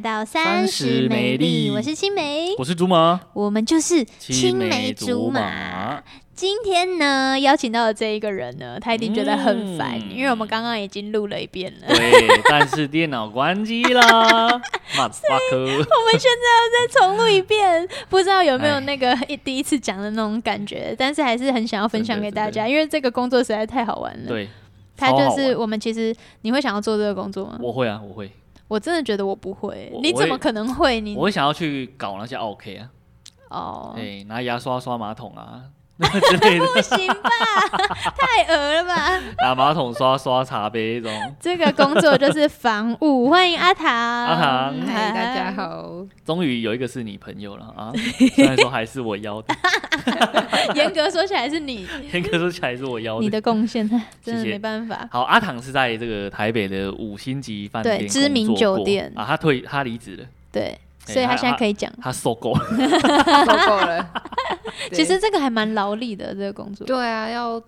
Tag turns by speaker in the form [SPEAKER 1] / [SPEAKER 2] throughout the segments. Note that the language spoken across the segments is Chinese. [SPEAKER 1] 到三十美丽，我是青梅，
[SPEAKER 2] 我是竹马，
[SPEAKER 1] 我们就是青
[SPEAKER 2] 梅
[SPEAKER 1] 竹马。
[SPEAKER 2] 马。
[SPEAKER 1] 今天呢，邀请到的这一个人呢，他一定觉得很烦，
[SPEAKER 2] 嗯
[SPEAKER 1] 因为我们刚刚已经录了一遍了。
[SPEAKER 2] 对，但是电脑关机啦，马斯巴克。
[SPEAKER 1] 我们现在要再重录一 遍，不知道有没有那个
[SPEAKER 2] 哎
[SPEAKER 1] 一第一次讲的那种感觉，但是还是很想要分享给大
[SPEAKER 2] 真
[SPEAKER 1] 家，因为这个工作实在太好玩了。
[SPEAKER 2] 对，
[SPEAKER 1] 它
[SPEAKER 2] 超好
[SPEAKER 1] 就是
[SPEAKER 2] 玩
[SPEAKER 1] 我们其实你会想要做这个工作吗？
[SPEAKER 2] 我会啊，我会，
[SPEAKER 1] 我真的觉得我不会，
[SPEAKER 2] 我
[SPEAKER 1] 你
[SPEAKER 2] 我
[SPEAKER 1] 怎
[SPEAKER 2] 也
[SPEAKER 1] 么可能会？你
[SPEAKER 2] 我哎会想要去搞那些 OK 啊，
[SPEAKER 1] 哦，
[SPEAKER 2] 对，拿牙刷刷马桶啊 之类的，
[SPEAKER 1] 不行吧， 太恶了吧！
[SPEAKER 2] 拿马桶刷刷茶杯这种。
[SPEAKER 1] 这个工作就是防务，欢迎阿唐。阿
[SPEAKER 2] 唐
[SPEAKER 1] 哎
[SPEAKER 3] 嗨，大家。好。
[SPEAKER 2] 终于有一个是你朋友了啊，虽然说还是我邀 的，
[SPEAKER 1] 严格说起来是你，
[SPEAKER 2] 严格说起来还是我邀
[SPEAKER 1] 你
[SPEAKER 2] 的。
[SPEAKER 1] 的贡献真的
[SPEAKER 2] 谢谢
[SPEAKER 1] 没办法。
[SPEAKER 2] 好，阿唐是在这个台北的五星级饭店
[SPEAKER 1] 对
[SPEAKER 2] 工
[SPEAKER 1] 知名
[SPEAKER 2] 作
[SPEAKER 1] 酒
[SPEAKER 2] 过
[SPEAKER 1] 店
[SPEAKER 2] 啊，他退他离职了，
[SPEAKER 1] 对，
[SPEAKER 2] 哎
[SPEAKER 1] 所以他
[SPEAKER 2] 他
[SPEAKER 1] 现在可以讲。
[SPEAKER 2] 他受够了，
[SPEAKER 3] 受够了。对
[SPEAKER 1] 其实这个还蛮劳力的，这个工作。
[SPEAKER 3] 对啊，要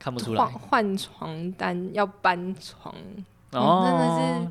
[SPEAKER 2] 看不出来
[SPEAKER 3] 换换床单，要搬床，
[SPEAKER 2] 哦。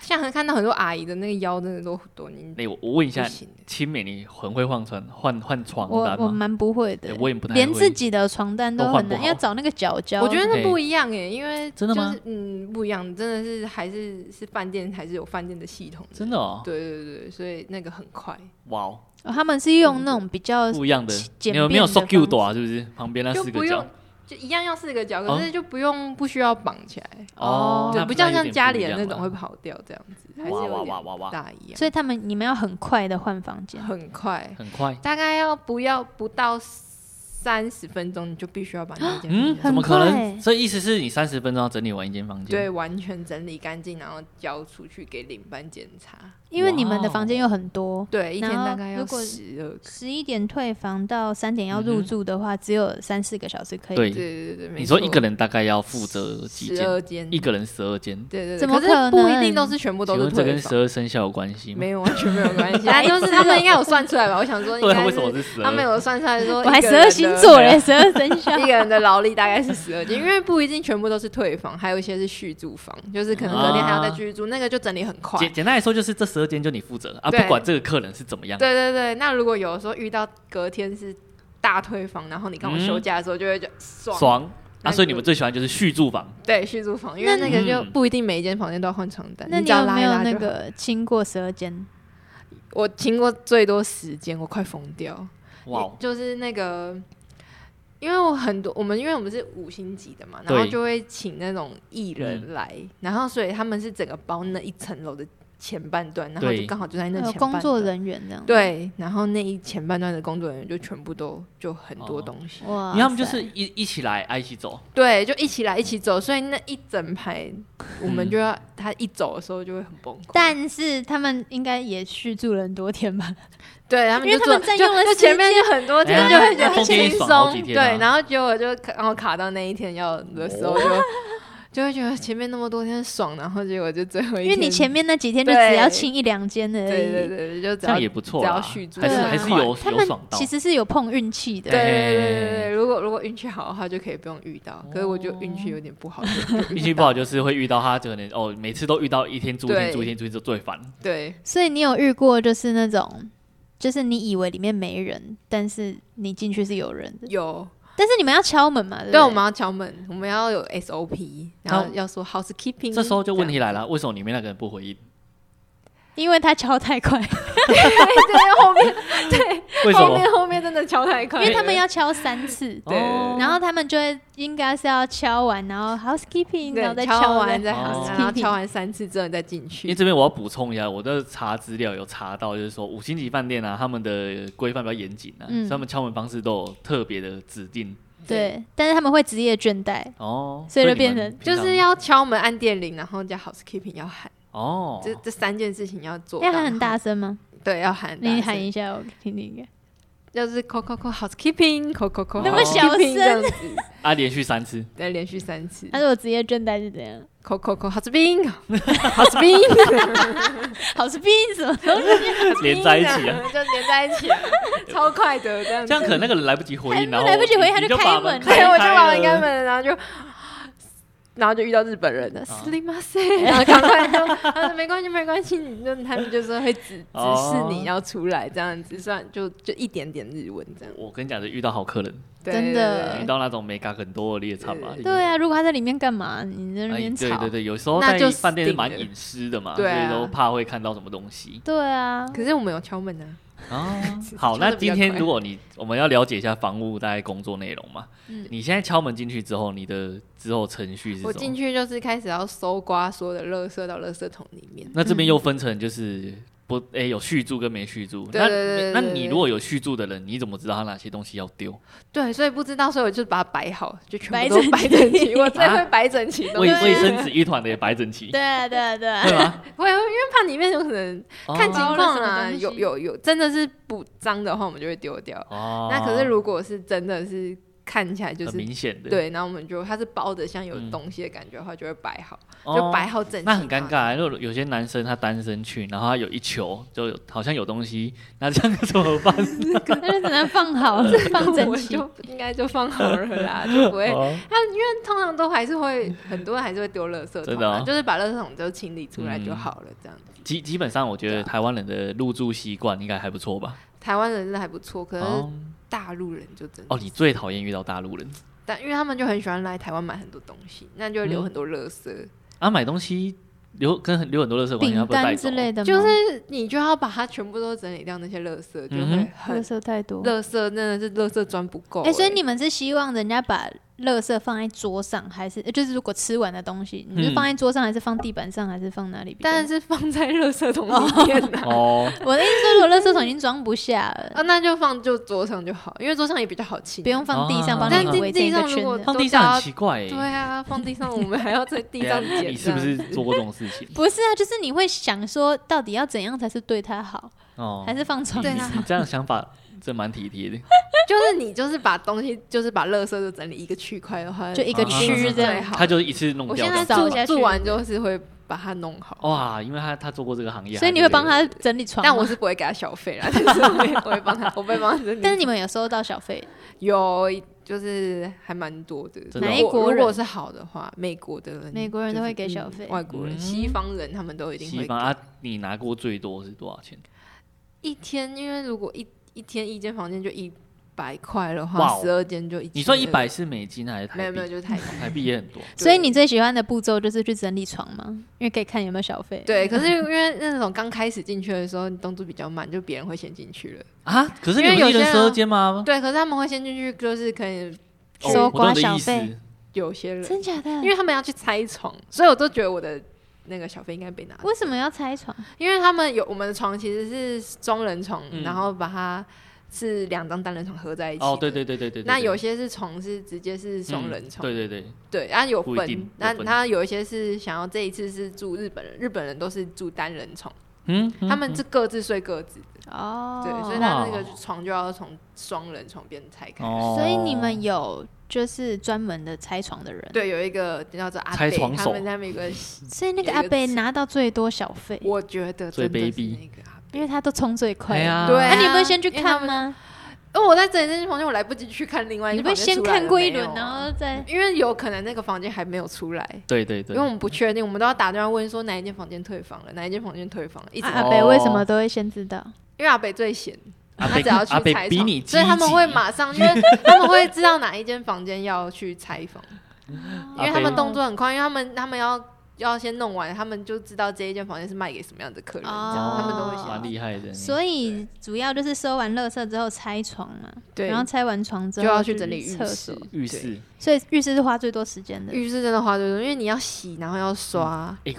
[SPEAKER 3] 像看到很多阿姨的那个腰，真的都都已经
[SPEAKER 2] 那我我问一
[SPEAKER 3] 不
[SPEAKER 2] 下，
[SPEAKER 3] 行了。
[SPEAKER 2] 青美你很会换床换换床
[SPEAKER 1] 我
[SPEAKER 2] 单
[SPEAKER 1] 我
[SPEAKER 2] 吗？
[SPEAKER 1] 蛮不会的
[SPEAKER 2] 对，我也不太
[SPEAKER 1] 连
[SPEAKER 2] 会
[SPEAKER 1] 自己的床单
[SPEAKER 2] 都
[SPEAKER 1] 都
[SPEAKER 2] 换
[SPEAKER 1] 很
[SPEAKER 2] 不
[SPEAKER 1] 难，
[SPEAKER 2] 好
[SPEAKER 1] 要找那个角角。
[SPEAKER 3] 我觉得那
[SPEAKER 2] 嘿
[SPEAKER 3] 不一样耶，因为
[SPEAKER 2] 真的吗
[SPEAKER 3] 就是嗯，不一样，真的是还是是饭店，还是有饭店的系统。
[SPEAKER 2] 真的哦，
[SPEAKER 3] 对对对，对所以那个很快，
[SPEAKER 2] 哇哦，
[SPEAKER 1] 哦他们是用那种比较
[SPEAKER 3] 呃
[SPEAKER 2] 不一样的
[SPEAKER 1] 简，简
[SPEAKER 2] 你有没有
[SPEAKER 1] 便的
[SPEAKER 2] so cute
[SPEAKER 1] 方
[SPEAKER 2] 啊？是不是？旁边那
[SPEAKER 3] 就
[SPEAKER 2] 四
[SPEAKER 3] 不
[SPEAKER 2] 个
[SPEAKER 3] 用
[SPEAKER 2] 角
[SPEAKER 3] 就一样要四个角，
[SPEAKER 2] 哦
[SPEAKER 3] 可是就不用不需要绑起来，
[SPEAKER 1] 哦
[SPEAKER 3] 对，
[SPEAKER 2] 那
[SPEAKER 3] 不
[SPEAKER 2] 那
[SPEAKER 3] 像
[SPEAKER 2] 有
[SPEAKER 3] 像
[SPEAKER 2] 点
[SPEAKER 3] 家
[SPEAKER 2] 不一
[SPEAKER 3] 里人
[SPEAKER 2] 样
[SPEAKER 3] 那
[SPEAKER 2] 了
[SPEAKER 3] 种会跑掉这样子，还是
[SPEAKER 2] 哇哇
[SPEAKER 3] 有
[SPEAKER 2] 哇
[SPEAKER 3] 点
[SPEAKER 2] 哇哇，
[SPEAKER 3] 大一样，
[SPEAKER 1] 所以他们你们要很快的换房间。
[SPEAKER 3] 很快。
[SPEAKER 2] 很快，
[SPEAKER 3] 大概要不要不到三十分钟，你就必须要把那间
[SPEAKER 2] 嗯，
[SPEAKER 3] 房间
[SPEAKER 2] 怎么可
[SPEAKER 1] 快
[SPEAKER 2] 能？所以意思是你三十分钟要整理完一间房间，
[SPEAKER 3] 对，完全整理干净，然后交出去给领班检查。
[SPEAKER 1] 因为你们的房间又很多，
[SPEAKER 3] 对，一天
[SPEAKER 1] 然后
[SPEAKER 3] 大概
[SPEAKER 1] 如
[SPEAKER 3] 要
[SPEAKER 1] 果
[SPEAKER 3] 十二个。
[SPEAKER 1] 十一点退房到三点要入住的话，只有三四个小时可以。
[SPEAKER 2] 嗯对
[SPEAKER 3] 对对对对，
[SPEAKER 2] 你说一个人大概要负责几
[SPEAKER 3] 十
[SPEAKER 2] 件？
[SPEAKER 3] 二间，
[SPEAKER 2] 一个人十二间，
[SPEAKER 3] 对对对，
[SPEAKER 1] 怎么
[SPEAKER 3] 可
[SPEAKER 1] 可
[SPEAKER 3] 是不一
[SPEAKER 1] 能
[SPEAKER 3] 定都是全部
[SPEAKER 2] 请
[SPEAKER 3] 都是
[SPEAKER 2] 问这
[SPEAKER 3] 退
[SPEAKER 2] 跟十
[SPEAKER 3] 房，
[SPEAKER 2] 二生肖有关系吗
[SPEAKER 3] 没？有完全没有关 系，
[SPEAKER 1] 哎
[SPEAKER 3] 他就是他们应该有算出来吧？我想说应
[SPEAKER 2] 对啊，
[SPEAKER 3] 该
[SPEAKER 2] 为什么
[SPEAKER 3] 是
[SPEAKER 2] 是十
[SPEAKER 3] 他们
[SPEAKER 2] 二？
[SPEAKER 3] 有算出来说，
[SPEAKER 1] 我还十二星座嘞，十二生 肖。
[SPEAKER 3] 一个人的劳力大概是十二间，因为不一定全部都是退房，还有一些是续住房，就是可能隔天还要
[SPEAKER 2] 啊
[SPEAKER 3] 再继续住，那个就整理很快。
[SPEAKER 2] 简简单来说，就是这十二间就你负责啊，不
[SPEAKER 3] 对
[SPEAKER 2] 管这个客人是怎么样。
[SPEAKER 3] 对对对，那如果有时候遇到隔天是大退房，然后你刚好
[SPEAKER 2] 嗯
[SPEAKER 3] 休假的时候，就会觉得爽。
[SPEAKER 2] 爽
[SPEAKER 3] 那
[SPEAKER 2] 啊！
[SPEAKER 3] 就
[SPEAKER 2] 所以你们最喜欢就是续住房，
[SPEAKER 3] 对，续租房，因为
[SPEAKER 1] 那
[SPEAKER 3] 那个就
[SPEAKER 2] 嗯
[SPEAKER 3] 不一定每一间房间都要换床单，
[SPEAKER 1] 那
[SPEAKER 3] 你
[SPEAKER 1] 你
[SPEAKER 3] 只要
[SPEAKER 1] 有
[SPEAKER 3] 拉
[SPEAKER 1] 没
[SPEAKER 3] 一
[SPEAKER 1] 有
[SPEAKER 3] 拉
[SPEAKER 1] 那
[SPEAKER 3] 就好？
[SPEAKER 1] 个亲过十二间？
[SPEAKER 3] 我听过最多时间，我快疯掉。
[SPEAKER 2] 哇
[SPEAKER 3] 也
[SPEAKER 2] 哦！
[SPEAKER 3] 就是那个，因为我很多我们因为我们是五星级的嘛，然后
[SPEAKER 2] 对嗯
[SPEAKER 3] 就会请那种艺人来，然后所以他们是整个包那一层楼的前半段，然后
[SPEAKER 2] 对
[SPEAKER 3] 就刚好就在那
[SPEAKER 1] 呃
[SPEAKER 3] 前半段
[SPEAKER 1] 工作人员这样。，
[SPEAKER 3] 对，然后那一前半段的工作人员就全部都就很多
[SPEAKER 2] 哦
[SPEAKER 3] 东西，
[SPEAKER 1] 哇
[SPEAKER 2] 你看他们就是一一起来，啊一起走，
[SPEAKER 3] 对，就一起来一起走，所以那一整排我们
[SPEAKER 2] 嗯
[SPEAKER 3] 就要他一走的时候就会很崩溃，
[SPEAKER 1] 但是他们应该也续住了很多天吧？
[SPEAKER 3] 对他们
[SPEAKER 1] 因为
[SPEAKER 3] 就
[SPEAKER 1] 他
[SPEAKER 3] 坐
[SPEAKER 1] 们占
[SPEAKER 3] 就
[SPEAKER 1] 用了
[SPEAKER 3] 就
[SPEAKER 1] 时间
[SPEAKER 3] 前面就很多天
[SPEAKER 2] 哎
[SPEAKER 3] 就会觉
[SPEAKER 2] 那
[SPEAKER 3] 得
[SPEAKER 2] 中间
[SPEAKER 3] 轻
[SPEAKER 2] 也爽好几
[SPEAKER 3] 松，对，
[SPEAKER 2] 天啊
[SPEAKER 3] 然后结果就卡然后卡到那一天要的时候就
[SPEAKER 1] 哦
[SPEAKER 3] 就会觉得前面那么多天爽，然后结果就最后一天，
[SPEAKER 1] 因为你前面那几天就只要清一两间而已。
[SPEAKER 3] 对对对，对就只
[SPEAKER 2] 这
[SPEAKER 3] 要
[SPEAKER 2] 样也不错
[SPEAKER 3] 只
[SPEAKER 2] 啦，
[SPEAKER 3] 要续住
[SPEAKER 2] 还是
[SPEAKER 1] 对啊
[SPEAKER 2] 还是有
[SPEAKER 1] 他
[SPEAKER 2] 有
[SPEAKER 1] 们
[SPEAKER 2] 爽到
[SPEAKER 1] 其。实是有碰运气
[SPEAKER 3] 对
[SPEAKER 1] 的。
[SPEAKER 3] 对对对对对，如果如果运气好的话就可以不用遇到，可是我就运气有点不好，就就遇
[SPEAKER 2] 哦运气不
[SPEAKER 3] 到
[SPEAKER 2] 好就是会遇到他，可能哦，每次都遇到一天住一天
[SPEAKER 3] 对
[SPEAKER 2] 住一天住一天就最烦。
[SPEAKER 3] 对
[SPEAKER 1] 所以你有遇过就是那种，就是你以为里面没人，但是你进去是有人的。
[SPEAKER 3] 有，
[SPEAKER 1] 但是你们要敲门嘛？对不
[SPEAKER 3] 对
[SPEAKER 1] 对
[SPEAKER 3] 我们要敲门，我们要有 SOP，然后
[SPEAKER 2] 那
[SPEAKER 3] 要说 housekeeping，
[SPEAKER 2] 这时候就问
[SPEAKER 3] 这
[SPEAKER 2] 题
[SPEAKER 3] 样
[SPEAKER 2] 来了，为什么里面那个人不回应？
[SPEAKER 1] 因为他敲太快，
[SPEAKER 3] 对对后面
[SPEAKER 2] 为什
[SPEAKER 3] 后
[SPEAKER 2] 么？
[SPEAKER 3] 面后面真的敲太
[SPEAKER 1] 因
[SPEAKER 3] 快了，
[SPEAKER 1] 为他们要敲三次，
[SPEAKER 3] 对
[SPEAKER 2] 哦
[SPEAKER 1] 然后他们就会应该是要敲完，然后 housekeeping，然后再
[SPEAKER 3] 对，敲完
[SPEAKER 1] 再
[SPEAKER 3] 再
[SPEAKER 2] 哦
[SPEAKER 3] 好，然后敲完三次之后你再进
[SPEAKER 2] 因为
[SPEAKER 3] 去。
[SPEAKER 2] 这边我要补充一下，我在查资料有查到，就是说五星级饭店啊，他们的规范比较严谨啊，
[SPEAKER 1] 嗯
[SPEAKER 2] 所以他们敲门方式都有特别的指定
[SPEAKER 1] 对，但是他们会职业倦怠，
[SPEAKER 2] 哦，
[SPEAKER 1] 所以就
[SPEAKER 2] 你们
[SPEAKER 1] 变成
[SPEAKER 2] 平
[SPEAKER 3] 就
[SPEAKER 2] 常
[SPEAKER 3] 是要敲门、按电铃，然后加 housekeeping 要喊，
[SPEAKER 2] 哦，
[SPEAKER 3] 这这三件事情要做到。
[SPEAKER 1] 要喊很大，声吗？
[SPEAKER 3] 对，要喊很大声。
[SPEAKER 1] 你喊一下，我听听。
[SPEAKER 3] 就是 call call call housekeeping call call call，
[SPEAKER 2] 那么
[SPEAKER 1] 小
[SPEAKER 3] housekeeping
[SPEAKER 1] 声
[SPEAKER 3] 这样子，
[SPEAKER 2] 啊，连续三次，
[SPEAKER 3] 对，连续三次
[SPEAKER 1] 他说我职业倦怠是怎样？
[SPEAKER 3] call call call housekeeping housekeeping，
[SPEAKER 1] 好是病什么东西？
[SPEAKER 2] 连在一起啊，，
[SPEAKER 3] 就连在一起了，超快的这
[SPEAKER 2] 这
[SPEAKER 3] 样子
[SPEAKER 2] 样。可能那个人来不及回应，
[SPEAKER 1] 他
[SPEAKER 2] 然后
[SPEAKER 1] 来不及回应他
[SPEAKER 2] 你
[SPEAKER 1] 就
[SPEAKER 2] 就
[SPEAKER 1] 开
[SPEAKER 2] 把
[SPEAKER 1] 门
[SPEAKER 2] 开
[SPEAKER 3] 对，我就把门
[SPEAKER 2] 了
[SPEAKER 3] 开门了，然后就然后就遇到日本人了，
[SPEAKER 2] 啊
[SPEAKER 3] 斯里马塞，然后赶快就，他说没关系没关系，你就他们就说会指指示
[SPEAKER 2] 哦
[SPEAKER 3] 你要出来这样子，算就就一点点日文这样，
[SPEAKER 2] 我跟你讲，就遇到好客人，
[SPEAKER 3] 对
[SPEAKER 1] 真的
[SPEAKER 3] 对
[SPEAKER 2] 遇
[SPEAKER 3] 对
[SPEAKER 2] 到那种没嘎很多的，你也惨吧？
[SPEAKER 1] 对啊，如果他在里面干嘛？你在那
[SPEAKER 2] 哎，
[SPEAKER 1] 边吵
[SPEAKER 2] 对，对对，有时候
[SPEAKER 3] 那
[SPEAKER 2] 在
[SPEAKER 3] 就
[SPEAKER 2] 饭店是
[SPEAKER 3] 死定
[SPEAKER 2] 蛮
[SPEAKER 3] 了
[SPEAKER 2] 隐私的嘛，所
[SPEAKER 3] 对
[SPEAKER 2] 以
[SPEAKER 3] 啊
[SPEAKER 2] 都怕会看到什么东西
[SPEAKER 1] 对啊，
[SPEAKER 3] 可是我们有敲门啊，。
[SPEAKER 2] 啊好，
[SPEAKER 3] 敲
[SPEAKER 2] 那
[SPEAKER 3] 得比较
[SPEAKER 2] 今天
[SPEAKER 3] 快
[SPEAKER 2] 如果你我们要了解一下房屋大概工作内容嘛，
[SPEAKER 1] 嗯
[SPEAKER 2] 你现在敲门进去之后，你的之后程序是
[SPEAKER 3] 我
[SPEAKER 2] 什
[SPEAKER 3] 进
[SPEAKER 2] 么？
[SPEAKER 3] 去就是开始要搜刮所有的垃圾到垃圾桶里面，
[SPEAKER 2] 那这边又分成就是不哎有续住跟没续住，
[SPEAKER 3] 对
[SPEAKER 2] 那
[SPEAKER 3] 对对
[SPEAKER 2] 没
[SPEAKER 3] 对
[SPEAKER 2] 那
[SPEAKER 3] 对
[SPEAKER 2] 你
[SPEAKER 3] 对
[SPEAKER 2] 如果有续住的人，你怎么知道他哪些东西要丢？
[SPEAKER 3] 对，所以不知道，所以我就把它摆好，就全
[SPEAKER 1] 摆
[SPEAKER 3] 部都
[SPEAKER 1] 整
[SPEAKER 3] 摆
[SPEAKER 1] 齐
[SPEAKER 3] 整 齐，我最
[SPEAKER 2] 啊
[SPEAKER 3] 会摆整齐东
[SPEAKER 2] 卫
[SPEAKER 3] 西，
[SPEAKER 2] 卫生纸一团的也摆整齐，
[SPEAKER 1] 对啊对啊对啊，
[SPEAKER 2] 对 吗？
[SPEAKER 3] 会因为怕里面有可能看情
[SPEAKER 2] 哦
[SPEAKER 1] 包了
[SPEAKER 3] 况
[SPEAKER 1] 什么
[SPEAKER 3] 啦，
[SPEAKER 1] 东西
[SPEAKER 3] 有有有，真的是不脏的话，我们就会丢掉。
[SPEAKER 2] 哦，
[SPEAKER 3] 那可是如果是真的是看起来就
[SPEAKER 2] 很
[SPEAKER 3] 是
[SPEAKER 2] 明显的，
[SPEAKER 3] 对，然后我们就它是包的像有
[SPEAKER 2] 嗯
[SPEAKER 3] 东西的感觉的话，就会摆好，
[SPEAKER 2] 哦，
[SPEAKER 3] 就摆好整齐。
[SPEAKER 2] 那很尴。尬，如果有些男生他单身去，然后他有一球，就有好像有东西，那这样怎么 办？
[SPEAKER 1] 那就只能放 好了，放整
[SPEAKER 3] 我
[SPEAKER 1] 齐。
[SPEAKER 3] 就应该就放好了啦，就不会。
[SPEAKER 2] 哦
[SPEAKER 3] 他因为通常都还是会，很多人还是会丢垃圾
[SPEAKER 2] 真
[SPEAKER 3] 桶
[SPEAKER 2] 的
[SPEAKER 3] 啊，
[SPEAKER 2] 哦
[SPEAKER 3] 就是把垃圾桶就清理出来就
[SPEAKER 2] 嗯
[SPEAKER 3] 好了，这样子。
[SPEAKER 2] 基基本上，我觉得台湾人的入住习惯应该还不错吧。
[SPEAKER 3] 台湾人真的还不错，可是
[SPEAKER 2] 哦，
[SPEAKER 3] 大陆人就真的
[SPEAKER 2] 哦，你最讨厌遇到大陆人
[SPEAKER 3] 但因为他们就很喜欢来台湾买很多东西，那就会留很多垃圾，
[SPEAKER 2] 啊，买东西留跟留很多垃圾管
[SPEAKER 1] 饼
[SPEAKER 2] 他不会带
[SPEAKER 1] 干
[SPEAKER 2] 走
[SPEAKER 1] 之。类的吗，
[SPEAKER 3] 就是你就要把它全部都整理掉，那些垃圾就
[SPEAKER 2] 嗯
[SPEAKER 3] 会
[SPEAKER 1] 垃
[SPEAKER 3] 很。
[SPEAKER 1] 圾太多。
[SPEAKER 3] 垃圾真的是垃圾装不够、
[SPEAKER 1] 哎、所以你们是希望人家把垃圾放在桌上，还是呃就是如果吃完的东西，你是
[SPEAKER 2] 嗯
[SPEAKER 1] 放在桌上，还是放地板上，还是放哪里比较好？
[SPEAKER 3] 但是放在垃圾桶里面啊，
[SPEAKER 2] 哦，
[SPEAKER 1] 我的意思是，如果垃圾桶已经装不下了，
[SPEAKER 3] 啊那就放就桌上就好，因为桌上也比较好清， 啊
[SPEAKER 1] 不用放地上，
[SPEAKER 2] 哦
[SPEAKER 1] 帮
[SPEAKER 3] 但
[SPEAKER 1] 你们
[SPEAKER 3] 地
[SPEAKER 1] 围成
[SPEAKER 3] 地
[SPEAKER 1] 一个
[SPEAKER 3] 上如
[SPEAKER 1] 圈
[SPEAKER 3] 果
[SPEAKER 1] 的。？
[SPEAKER 2] 放地上很奇怪
[SPEAKER 3] 对
[SPEAKER 2] 哎。
[SPEAKER 3] 啊，放地上我们还要在地
[SPEAKER 2] 对
[SPEAKER 3] 上
[SPEAKER 2] 啊
[SPEAKER 3] 捡，
[SPEAKER 2] 你是不是做过这种事情
[SPEAKER 1] 不是啊，就是你会想说，到底要怎样才是对他好，
[SPEAKER 2] 哦，
[SPEAKER 1] 还是放床
[SPEAKER 3] 对
[SPEAKER 1] 上？
[SPEAKER 3] 啊
[SPEAKER 2] 你这样想法真蛮体贴的。
[SPEAKER 3] 就是你就是把东西就是把垃圾就整理一个区块的话，
[SPEAKER 1] 就一个
[SPEAKER 3] 是
[SPEAKER 1] 区这
[SPEAKER 3] 最
[SPEAKER 1] 样
[SPEAKER 3] 好。
[SPEAKER 2] 哦他就是一次弄
[SPEAKER 3] 我
[SPEAKER 2] 掉
[SPEAKER 3] 现
[SPEAKER 2] 的。
[SPEAKER 3] 在
[SPEAKER 1] 扫
[SPEAKER 3] 住
[SPEAKER 1] 一下去
[SPEAKER 3] 住完就是会把它弄好。
[SPEAKER 2] 哇，因为他他做过这个行业，
[SPEAKER 1] 所以你会帮他整理床吗，
[SPEAKER 3] 但我是不会给他小费啦， 但是我会我会帮他，我会帮他整理。
[SPEAKER 1] 但是你们有收到小费，
[SPEAKER 3] 有就是还蛮多的，
[SPEAKER 2] 真的哦
[SPEAKER 1] 哪一国人
[SPEAKER 3] 如果是好的话，美国的人，
[SPEAKER 1] 美国人都会给
[SPEAKER 3] 就是
[SPEAKER 1] 小费
[SPEAKER 3] 嗯外国人、
[SPEAKER 2] 嗯
[SPEAKER 3] 西方人他们都一定
[SPEAKER 2] 西
[SPEAKER 3] 会
[SPEAKER 2] 方
[SPEAKER 3] 给。
[SPEAKER 2] 啊，你拿过最多是多少钱？
[SPEAKER 3] 一天，因为如果一一天一间房间就一百块的
[SPEAKER 2] 哇
[SPEAKER 3] 话，
[SPEAKER 2] 哦
[SPEAKER 3] 十二间就一。
[SPEAKER 2] 你说一百？是美金还是台币？
[SPEAKER 3] 没有没有，就是台币。
[SPEAKER 2] 台币也 很多。
[SPEAKER 1] 所以你最喜欢的步骤就是去整理床吗？因为可以看有没有小费。
[SPEAKER 3] 对，可是因为那种刚开始进去的时候，你动作比较慢，就别人会先进去了。
[SPEAKER 2] 啊，可是你
[SPEAKER 3] 因为有
[SPEAKER 2] 们一
[SPEAKER 3] 些
[SPEAKER 2] 人
[SPEAKER 3] 人
[SPEAKER 2] 十二间吗？
[SPEAKER 3] 对，可是他们会先进去，就是可能
[SPEAKER 2] 哦
[SPEAKER 1] 搜刮
[SPEAKER 2] 我懂你的
[SPEAKER 1] 小
[SPEAKER 2] 意思
[SPEAKER 1] 费
[SPEAKER 3] 有些人，
[SPEAKER 1] 真假的？
[SPEAKER 3] 因为他们要去拆床，所以我都觉得我的那个小费应该被拿走
[SPEAKER 1] 为什么要拆床？
[SPEAKER 3] 因为他们有我们的床其实是双人床，
[SPEAKER 2] 嗯
[SPEAKER 3] 然后把它是两张单人床合在一起。
[SPEAKER 2] 哦，对。对对对对对。
[SPEAKER 3] 那有
[SPEAKER 2] 对
[SPEAKER 3] 些是床是直接是双人床，
[SPEAKER 2] 对对对，
[SPEAKER 3] 对，然后有
[SPEAKER 2] 不一定
[SPEAKER 3] 分，那
[SPEAKER 2] 有分
[SPEAKER 3] 那有一些是想要这一次是住日本人，日本人都是住单人床，
[SPEAKER 2] 嗯，嗯
[SPEAKER 3] 他们是各自睡各自的，
[SPEAKER 1] 哦，
[SPEAKER 3] 对，所以他那个床就要从双人床变拆开。
[SPEAKER 2] 哦，
[SPEAKER 1] 所以你们有就是专门的拆床的人，，
[SPEAKER 3] 对，有一个叫做阿
[SPEAKER 2] 拆
[SPEAKER 3] 贝，
[SPEAKER 2] 床
[SPEAKER 3] 他
[SPEAKER 2] 手
[SPEAKER 3] 们那边有个，
[SPEAKER 1] 所以那个
[SPEAKER 3] 有一
[SPEAKER 1] 阿
[SPEAKER 3] 个
[SPEAKER 1] 贝
[SPEAKER 3] 词
[SPEAKER 1] 拿到最多小费，
[SPEAKER 3] 我觉得
[SPEAKER 2] 最
[SPEAKER 3] 真的是
[SPEAKER 2] baby
[SPEAKER 3] 那个阿贝
[SPEAKER 1] 因为他都冲最快。
[SPEAKER 2] 哎呀
[SPEAKER 3] 对
[SPEAKER 1] 那、
[SPEAKER 3] 啊
[SPEAKER 1] 你不会先去
[SPEAKER 3] 因为
[SPEAKER 1] 看
[SPEAKER 3] 他们
[SPEAKER 1] 吗？
[SPEAKER 3] 因哦为我在整间房间，我来不及去看另外一
[SPEAKER 1] 你不
[SPEAKER 3] 个
[SPEAKER 1] 会
[SPEAKER 3] 房间
[SPEAKER 1] 先
[SPEAKER 3] 出来了没有啊，
[SPEAKER 1] 看过一轮，然后再
[SPEAKER 3] 因为有可能那个房间还没有出来，
[SPEAKER 2] 对对
[SPEAKER 3] 因
[SPEAKER 2] 对
[SPEAKER 3] 为，我们不确定，我们都要打电话问说哪一间房间退房了，哪一间房间退房了，一直、
[SPEAKER 1] 啊
[SPEAKER 2] 哦
[SPEAKER 1] 阿贝为什么都会先知道？
[SPEAKER 3] 因为阿北最闲，
[SPEAKER 2] 阿
[SPEAKER 3] 他
[SPEAKER 2] 北
[SPEAKER 3] 只要去
[SPEAKER 2] 阿北
[SPEAKER 3] 拆
[SPEAKER 2] 比
[SPEAKER 3] 床
[SPEAKER 2] 你积极，
[SPEAKER 3] 所以他们会马上，因为他们会知道哪一间房间要去拆 房，
[SPEAKER 2] 啊
[SPEAKER 3] 因为他
[SPEAKER 2] 哦
[SPEAKER 3] 们动作很快，因为他们他们要要先弄完，他们就知道这一间房间是卖给什么样的客人，这
[SPEAKER 1] 哦
[SPEAKER 3] 样他们都会
[SPEAKER 1] 想
[SPEAKER 2] 蛮
[SPEAKER 3] 先
[SPEAKER 2] 厉害的。
[SPEAKER 1] 所以主要就是收完垃圾之后拆床嘛，
[SPEAKER 3] 对，
[SPEAKER 1] 然后拆完床之
[SPEAKER 3] 就
[SPEAKER 1] 后
[SPEAKER 3] 要去
[SPEAKER 1] 是
[SPEAKER 3] 整理浴
[SPEAKER 1] 厕
[SPEAKER 3] 室
[SPEAKER 1] 所，，
[SPEAKER 2] 浴
[SPEAKER 3] 对。
[SPEAKER 2] 室，
[SPEAKER 1] 所以浴室是花最多时间的。
[SPEAKER 3] 浴室真的花最多，因为你要洗，然后要刷，
[SPEAKER 2] 哎，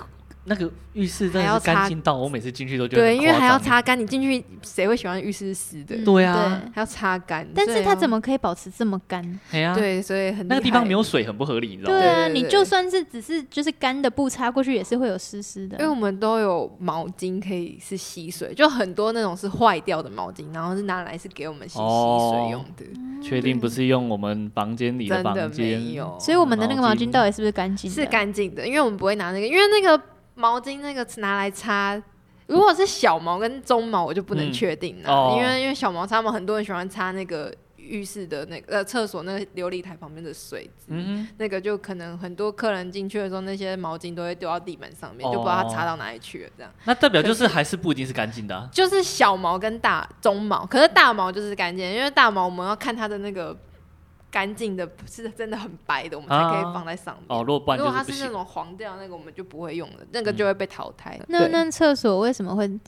[SPEAKER 2] 那个浴室真
[SPEAKER 3] 还
[SPEAKER 2] 的
[SPEAKER 3] 要
[SPEAKER 2] 是干
[SPEAKER 3] 擦
[SPEAKER 2] 净到我每次进去都觉得很
[SPEAKER 3] 对，因为
[SPEAKER 2] 夸
[SPEAKER 3] 还要
[SPEAKER 2] 张。欸
[SPEAKER 3] 擦干，你进去谁会喜欢浴室是湿的？
[SPEAKER 1] 嗯
[SPEAKER 2] 对啊
[SPEAKER 1] 对
[SPEAKER 3] 还要擦干，
[SPEAKER 1] 但是它怎
[SPEAKER 3] 么
[SPEAKER 1] 么可啊以保持这么干？
[SPEAKER 2] 哎呀，
[SPEAKER 3] 对？所以很
[SPEAKER 2] 那个地方没
[SPEAKER 3] 有，
[SPEAKER 2] 有水很不合理，你知道
[SPEAKER 1] 对
[SPEAKER 2] 吗？
[SPEAKER 1] 啊，
[SPEAKER 3] 对对
[SPEAKER 1] 你
[SPEAKER 3] 对
[SPEAKER 1] 就算是只是就是干的布擦过去，也是会有湿湿的
[SPEAKER 3] 因。为我们都有毛巾可以是吸水，就很多那种是坏掉的毛巾，然后是拿来是给我们洗吸
[SPEAKER 2] 哦
[SPEAKER 3] 水用的，
[SPEAKER 2] 确定不是用我们房间里
[SPEAKER 3] 真的
[SPEAKER 2] 房
[SPEAKER 3] 没
[SPEAKER 2] 间？
[SPEAKER 3] 有，
[SPEAKER 1] 所以我们的那个毛
[SPEAKER 2] 毛
[SPEAKER 1] 巾
[SPEAKER 2] 巾
[SPEAKER 1] 到底是不是干净的？
[SPEAKER 3] 是干净的，因为我们不会拿那个，因为那个毛巾那个拿来擦。如果是小毛跟中毛，我就不能
[SPEAKER 2] 嗯
[SPEAKER 3] 确定了、
[SPEAKER 2] 哦
[SPEAKER 3] 因为因为小毛他们很多人喜欢擦那个浴室的那个呃厕所那个琉璃台旁边的水渍，
[SPEAKER 2] 嗯哼，
[SPEAKER 3] 那个就可能很多客人进去的时候，那些毛巾都会丢到地板上面，就不知道它
[SPEAKER 2] 哦
[SPEAKER 3] 擦到哪里去了。这样
[SPEAKER 2] 那代表就
[SPEAKER 3] 可
[SPEAKER 2] 是还是不一定是干净的啊、
[SPEAKER 3] 就是小毛跟大中毛，可是大毛就是干净，因为大毛我们要看它的那个干净的是真的很白的，我们才可以放在上面。
[SPEAKER 2] 哦，如果不然
[SPEAKER 3] 如
[SPEAKER 2] 就
[SPEAKER 3] 果它
[SPEAKER 2] 是不
[SPEAKER 3] 是那
[SPEAKER 2] 行。
[SPEAKER 3] 种黄掉那个，我们就不会用了，那个就会被淘汰。
[SPEAKER 1] 那
[SPEAKER 3] 对
[SPEAKER 1] 那厕所为什么会不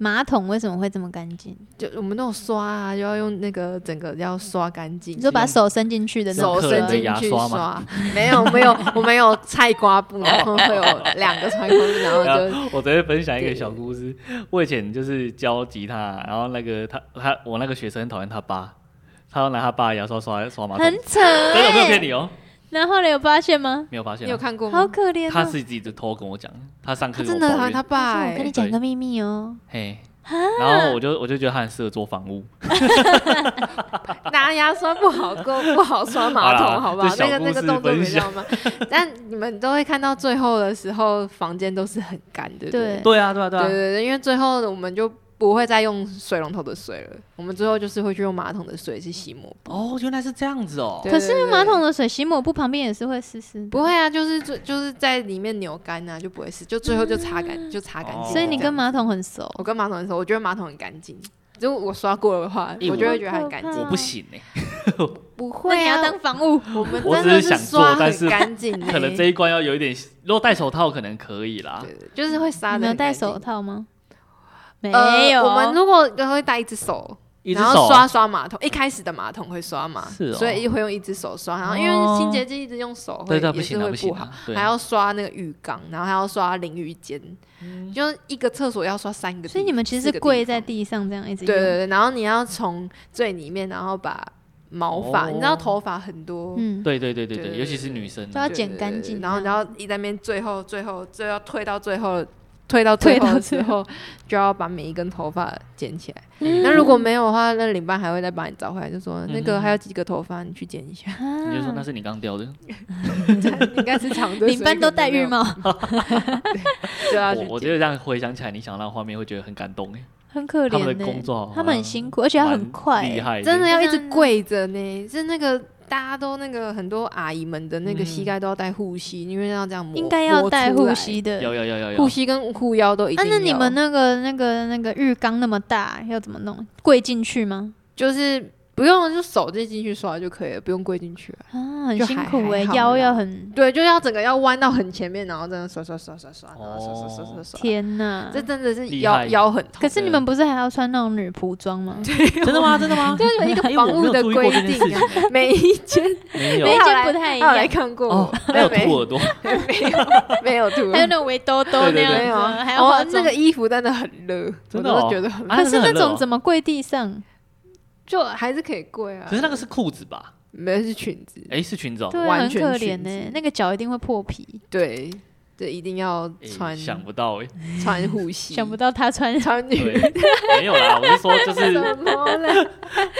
[SPEAKER 1] 马桶为什么会这么干净？
[SPEAKER 3] 就我们那种刷啊，就要用那个整个要刷干净
[SPEAKER 1] 你，就把手伸进去的那
[SPEAKER 2] 用
[SPEAKER 1] 种
[SPEAKER 3] 手
[SPEAKER 2] 客人
[SPEAKER 3] 伸
[SPEAKER 2] 的
[SPEAKER 1] 车
[SPEAKER 3] 进
[SPEAKER 2] 牙
[SPEAKER 3] 去
[SPEAKER 2] 刷吗
[SPEAKER 3] 刷。没有没有，我们有菜瓜布，然后会有两个菜瓜布，然后 就
[SPEAKER 2] 我昨天分享一个小故事，我以前就是教吉他，然后那个他他我那个学生很讨厌他爸，他要拿他爸的牙刷刷刷马桶，
[SPEAKER 1] 很
[SPEAKER 2] 真
[SPEAKER 1] 扯、
[SPEAKER 2] 的没有骗
[SPEAKER 1] 欸。
[SPEAKER 2] 你哦，
[SPEAKER 1] 然后呢，有发现吗？
[SPEAKER 2] 没有发现
[SPEAKER 3] 你
[SPEAKER 2] 啊、
[SPEAKER 3] 有看过
[SPEAKER 1] 好
[SPEAKER 3] 吗？
[SPEAKER 1] 可怜、哦。
[SPEAKER 2] 他自己自己就偷跟我讲，他上课
[SPEAKER 3] 他
[SPEAKER 2] 跟
[SPEAKER 3] 真
[SPEAKER 2] 我
[SPEAKER 3] 的
[SPEAKER 2] 抱
[SPEAKER 3] 喊
[SPEAKER 2] 怨
[SPEAKER 3] 他，爸
[SPEAKER 1] 但是我跟
[SPEAKER 3] 哎
[SPEAKER 1] 你，讲个秘密哦，
[SPEAKER 2] 嘿，然后我就我就觉得他很适合做房屋，
[SPEAKER 3] 拿牙刷不好过，不好刷马
[SPEAKER 2] 好啦
[SPEAKER 3] 桶，好不好？
[SPEAKER 2] 这
[SPEAKER 3] 那
[SPEAKER 2] 小
[SPEAKER 3] 个
[SPEAKER 2] 故
[SPEAKER 3] 那个
[SPEAKER 2] 事
[SPEAKER 3] 动作
[SPEAKER 2] 分
[SPEAKER 3] 比
[SPEAKER 2] 享
[SPEAKER 3] 较慢。 但你们都会看到最后的时候，房间都是很干，对不对？
[SPEAKER 2] 对啊对啊对啊，
[SPEAKER 3] 对对对，因为最后我们就不会再用水龙头的水了，我们最后就是会去用马桶的水去洗
[SPEAKER 1] 嗯
[SPEAKER 3] 抹布。
[SPEAKER 2] 哦，原来是这样子哦，
[SPEAKER 3] 对
[SPEAKER 1] 可是
[SPEAKER 3] 对对
[SPEAKER 1] 马桶的水洗抹布旁边也是会湿湿的，
[SPEAKER 3] 不会啊，就是就就是在里面扭干啊，就不会湿，就最后就擦
[SPEAKER 1] 嗯
[SPEAKER 3] 干就擦干
[SPEAKER 2] 哦
[SPEAKER 3] 净。
[SPEAKER 1] 所以你
[SPEAKER 3] 这
[SPEAKER 1] 跟
[SPEAKER 3] 样
[SPEAKER 1] 马桶很熟。
[SPEAKER 3] 我跟马桶的时候，我觉得马桶很干净。如果我刷过的话，
[SPEAKER 2] 咦
[SPEAKER 3] 我就会觉得它很干
[SPEAKER 1] 我
[SPEAKER 3] 净。
[SPEAKER 2] 我不行哎、
[SPEAKER 3] 不
[SPEAKER 1] 那
[SPEAKER 3] 会
[SPEAKER 1] 你
[SPEAKER 3] 啊，
[SPEAKER 1] 要当房务，
[SPEAKER 3] 我们
[SPEAKER 2] 我
[SPEAKER 3] 真
[SPEAKER 2] 只
[SPEAKER 3] 的
[SPEAKER 2] 是想做
[SPEAKER 3] 刷
[SPEAKER 2] 但
[SPEAKER 3] 很
[SPEAKER 2] 是
[SPEAKER 3] 干净欸，
[SPEAKER 2] 可能这一关要有一点，如果戴手套可能可以啦，
[SPEAKER 3] 对，对就是会杀
[SPEAKER 1] 你
[SPEAKER 3] 的。
[SPEAKER 1] 们有戴手？套吗？没
[SPEAKER 3] 呃，
[SPEAKER 1] 有。
[SPEAKER 3] 我们如果都会戴一只手，
[SPEAKER 2] 一只
[SPEAKER 3] 然
[SPEAKER 2] 手啊
[SPEAKER 3] 后刷刷马桶。一开始的马桶会刷嘛，
[SPEAKER 2] 是哦
[SPEAKER 3] 所以会用一只手刷。然后因
[SPEAKER 2] 哦
[SPEAKER 3] 为清洁剂一直用手会
[SPEAKER 2] 对对
[SPEAKER 3] 也
[SPEAKER 2] 不
[SPEAKER 3] 是
[SPEAKER 2] 行啊
[SPEAKER 3] 会
[SPEAKER 2] 不行
[SPEAKER 3] 好
[SPEAKER 2] 啊，，对
[SPEAKER 3] 还要刷那个浴缸，然后还要刷淋浴间，就是一个厕所要刷三个地。
[SPEAKER 1] 所以你们其实
[SPEAKER 3] 四
[SPEAKER 1] 是
[SPEAKER 3] 个
[SPEAKER 1] 跪
[SPEAKER 3] 地方
[SPEAKER 1] 在地上这样一直
[SPEAKER 3] 对
[SPEAKER 1] 用
[SPEAKER 3] 对对，然后你要从最里面，然后把毛
[SPEAKER 2] 哦
[SPEAKER 3] 发，你知道头发很多，
[SPEAKER 1] 嗯，
[SPEAKER 2] 对对对对
[SPEAKER 3] 对
[SPEAKER 2] 对，
[SPEAKER 3] 对
[SPEAKER 2] 尤其是女生
[SPEAKER 1] 都
[SPEAKER 2] 啊，
[SPEAKER 1] 要
[SPEAKER 3] 对
[SPEAKER 1] 剪干
[SPEAKER 3] 对
[SPEAKER 1] 净。
[SPEAKER 3] 然后
[SPEAKER 1] 这
[SPEAKER 3] 然
[SPEAKER 1] 样
[SPEAKER 3] 后一在那边最后最后最后退到最后退到 最
[SPEAKER 1] 退
[SPEAKER 3] 后
[SPEAKER 1] 到
[SPEAKER 3] 的
[SPEAKER 1] 最
[SPEAKER 3] 时候，就要把每一根头发剪起来。
[SPEAKER 1] 嗯
[SPEAKER 3] 那如果没有的话，那领班还会再把你找回来，就说那
[SPEAKER 2] 嗯
[SPEAKER 3] 个
[SPEAKER 2] 哼
[SPEAKER 3] 还有几个头发，你去剪一下。
[SPEAKER 1] 啊
[SPEAKER 2] 你就说那是你刚掉的，
[SPEAKER 3] 嗯应该是长的，
[SPEAKER 1] 领班都戴浴
[SPEAKER 3] 吗？
[SPEAKER 1] 帽，
[SPEAKER 3] 对啊，
[SPEAKER 2] 我我觉
[SPEAKER 3] 觉
[SPEAKER 2] 得这样回想起来，你想到画面会觉得很感动哎，
[SPEAKER 1] 很可
[SPEAKER 2] 他们的
[SPEAKER 1] 怜
[SPEAKER 2] 工
[SPEAKER 3] 欸
[SPEAKER 1] 呢。
[SPEAKER 2] 作好
[SPEAKER 1] 他们很
[SPEAKER 2] 像
[SPEAKER 1] 辛苦，而且要很快
[SPEAKER 2] 蛮厉
[SPEAKER 1] 欸。
[SPEAKER 2] 害，
[SPEAKER 3] 真的要一直
[SPEAKER 1] 真的
[SPEAKER 3] 跪着呢，是那个。大家都那个很多阿姨们的那个
[SPEAKER 2] 嗯
[SPEAKER 3] 膝盖都要戴护膝，因为要这样磨
[SPEAKER 1] 应该要戴护，膝
[SPEAKER 3] 磨
[SPEAKER 1] 的。
[SPEAKER 2] 要要要要
[SPEAKER 3] 出来
[SPEAKER 2] 要
[SPEAKER 3] 护，膝跟护腰都一
[SPEAKER 1] 啊
[SPEAKER 3] 定，要。
[SPEAKER 1] 那你们那个、那个、那个浴缸那么大，要怎么弄？跪进去吗？
[SPEAKER 3] 就是不用就手就进去刷就可以了，不用跪进去啊。
[SPEAKER 1] 啊，很
[SPEAKER 3] 就
[SPEAKER 1] 辛
[SPEAKER 3] 还
[SPEAKER 1] 苦哎、
[SPEAKER 3] 还好
[SPEAKER 1] 腰
[SPEAKER 3] 啦
[SPEAKER 1] 要很……
[SPEAKER 3] 对，就要整个要弯到很前面，然后这样刷刷刷刷刷，然后刷刷刷刷刷。
[SPEAKER 1] 哦天啊呐！
[SPEAKER 3] 这真的是
[SPEAKER 2] 厉
[SPEAKER 3] 腰
[SPEAKER 2] 害
[SPEAKER 3] 腰很痛
[SPEAKER 1] 可。是你们不是还要穿那种女仆装吗？
[SPEAKER 2] 真的 吗？真的吗？
[SPEAKER 3] 就是有一个
[SPEAKER 2] 哎
[SPEAKER 3] 防
[SPEAKER 2] 我没
[SPEAKER 3] 务
[SPEAKER 2] 有
[SPEAKER 3] 的
[SPEAKER 2] 注意过
[SPEAKER 3] 规
[SPEAKER 2] 这件事
[SPEAKER 3] 定啊，每一间
[SPEAKER 2] 没有
[SPEAKER 1] 每一
[SPEAKER 3] 他有
[SPEAKER 1] 间
[SPEAKER 3] 来
[SPEAKER 1] 不太一
[SPEAKER 3] 他有来
[SPEAKER 1] 样
[SPEAKER 3] 看过
[SPEAKER 2] 哦
[SPEAKER 3] 我，，
[SPEAKER 2] 还有
[SPEAKER 3] 没
[SPEAKER 2] 兔耳朵，
[SPEAKER 3] 没有没 有涂，
[SPEAKER 1] 还有那种围兜兜那
[SPEAKER 2] 对对
[SPEAKER 1] 样
[SPEAKER 2] 对
[SPEAKER 1] 子，
[SPEAKER 3] 没有啊
[SPEAKER 1] 还要化
[SPEAKER 3] 哦，
[SPEAKER 1] 妆。
[SPEAKER 3] 那个衣服真的很热，
[SPEAKER 2] 真
[SPEAKER 3] 我
[SPEAKER 2] 的哦
[SPEAKER 3] 都觉得很
[SPEAKER 2] 啊
[SPEAKER 1] 可是那种怎
[SPEAKER 2] 么？
[SPEAKER 1] 么跪地上？
[SPEAKER 3] 就还是可以跪啊。
[SPEAKER 2] 可是那个是裤子吧？
[SPEAKER 3] 没有是裙子，
[SPEAKER 2] 哎，是裙子哦，
[SPEAKER 1] 对啊，
[SPEAKER 3] 完
[SPEAKER 1] 很
[SPEAKER 3] 全
[SPEAKER 1] 可怜
[SPEAKER 3] 裙
[SPEAKER 1] 呢、
[SPEAKER 3] 子
[SPEAKER 1] 那个脚一定会破皮。
[SPEAKER 3] 对，这一定要
[SPEAKER 2] 哎
[SPEAKER 3] 穿
[SPEAKER 2] 想不到哎，
[SPEAKER 3] 穿护膝，
[SPEAKER 1] 想不到他穿
[SPEAKER 3] 穿女
[SPEAKER 2] 对，没有啦，我是说就 是
[SPEAKER 3] 什么嘞？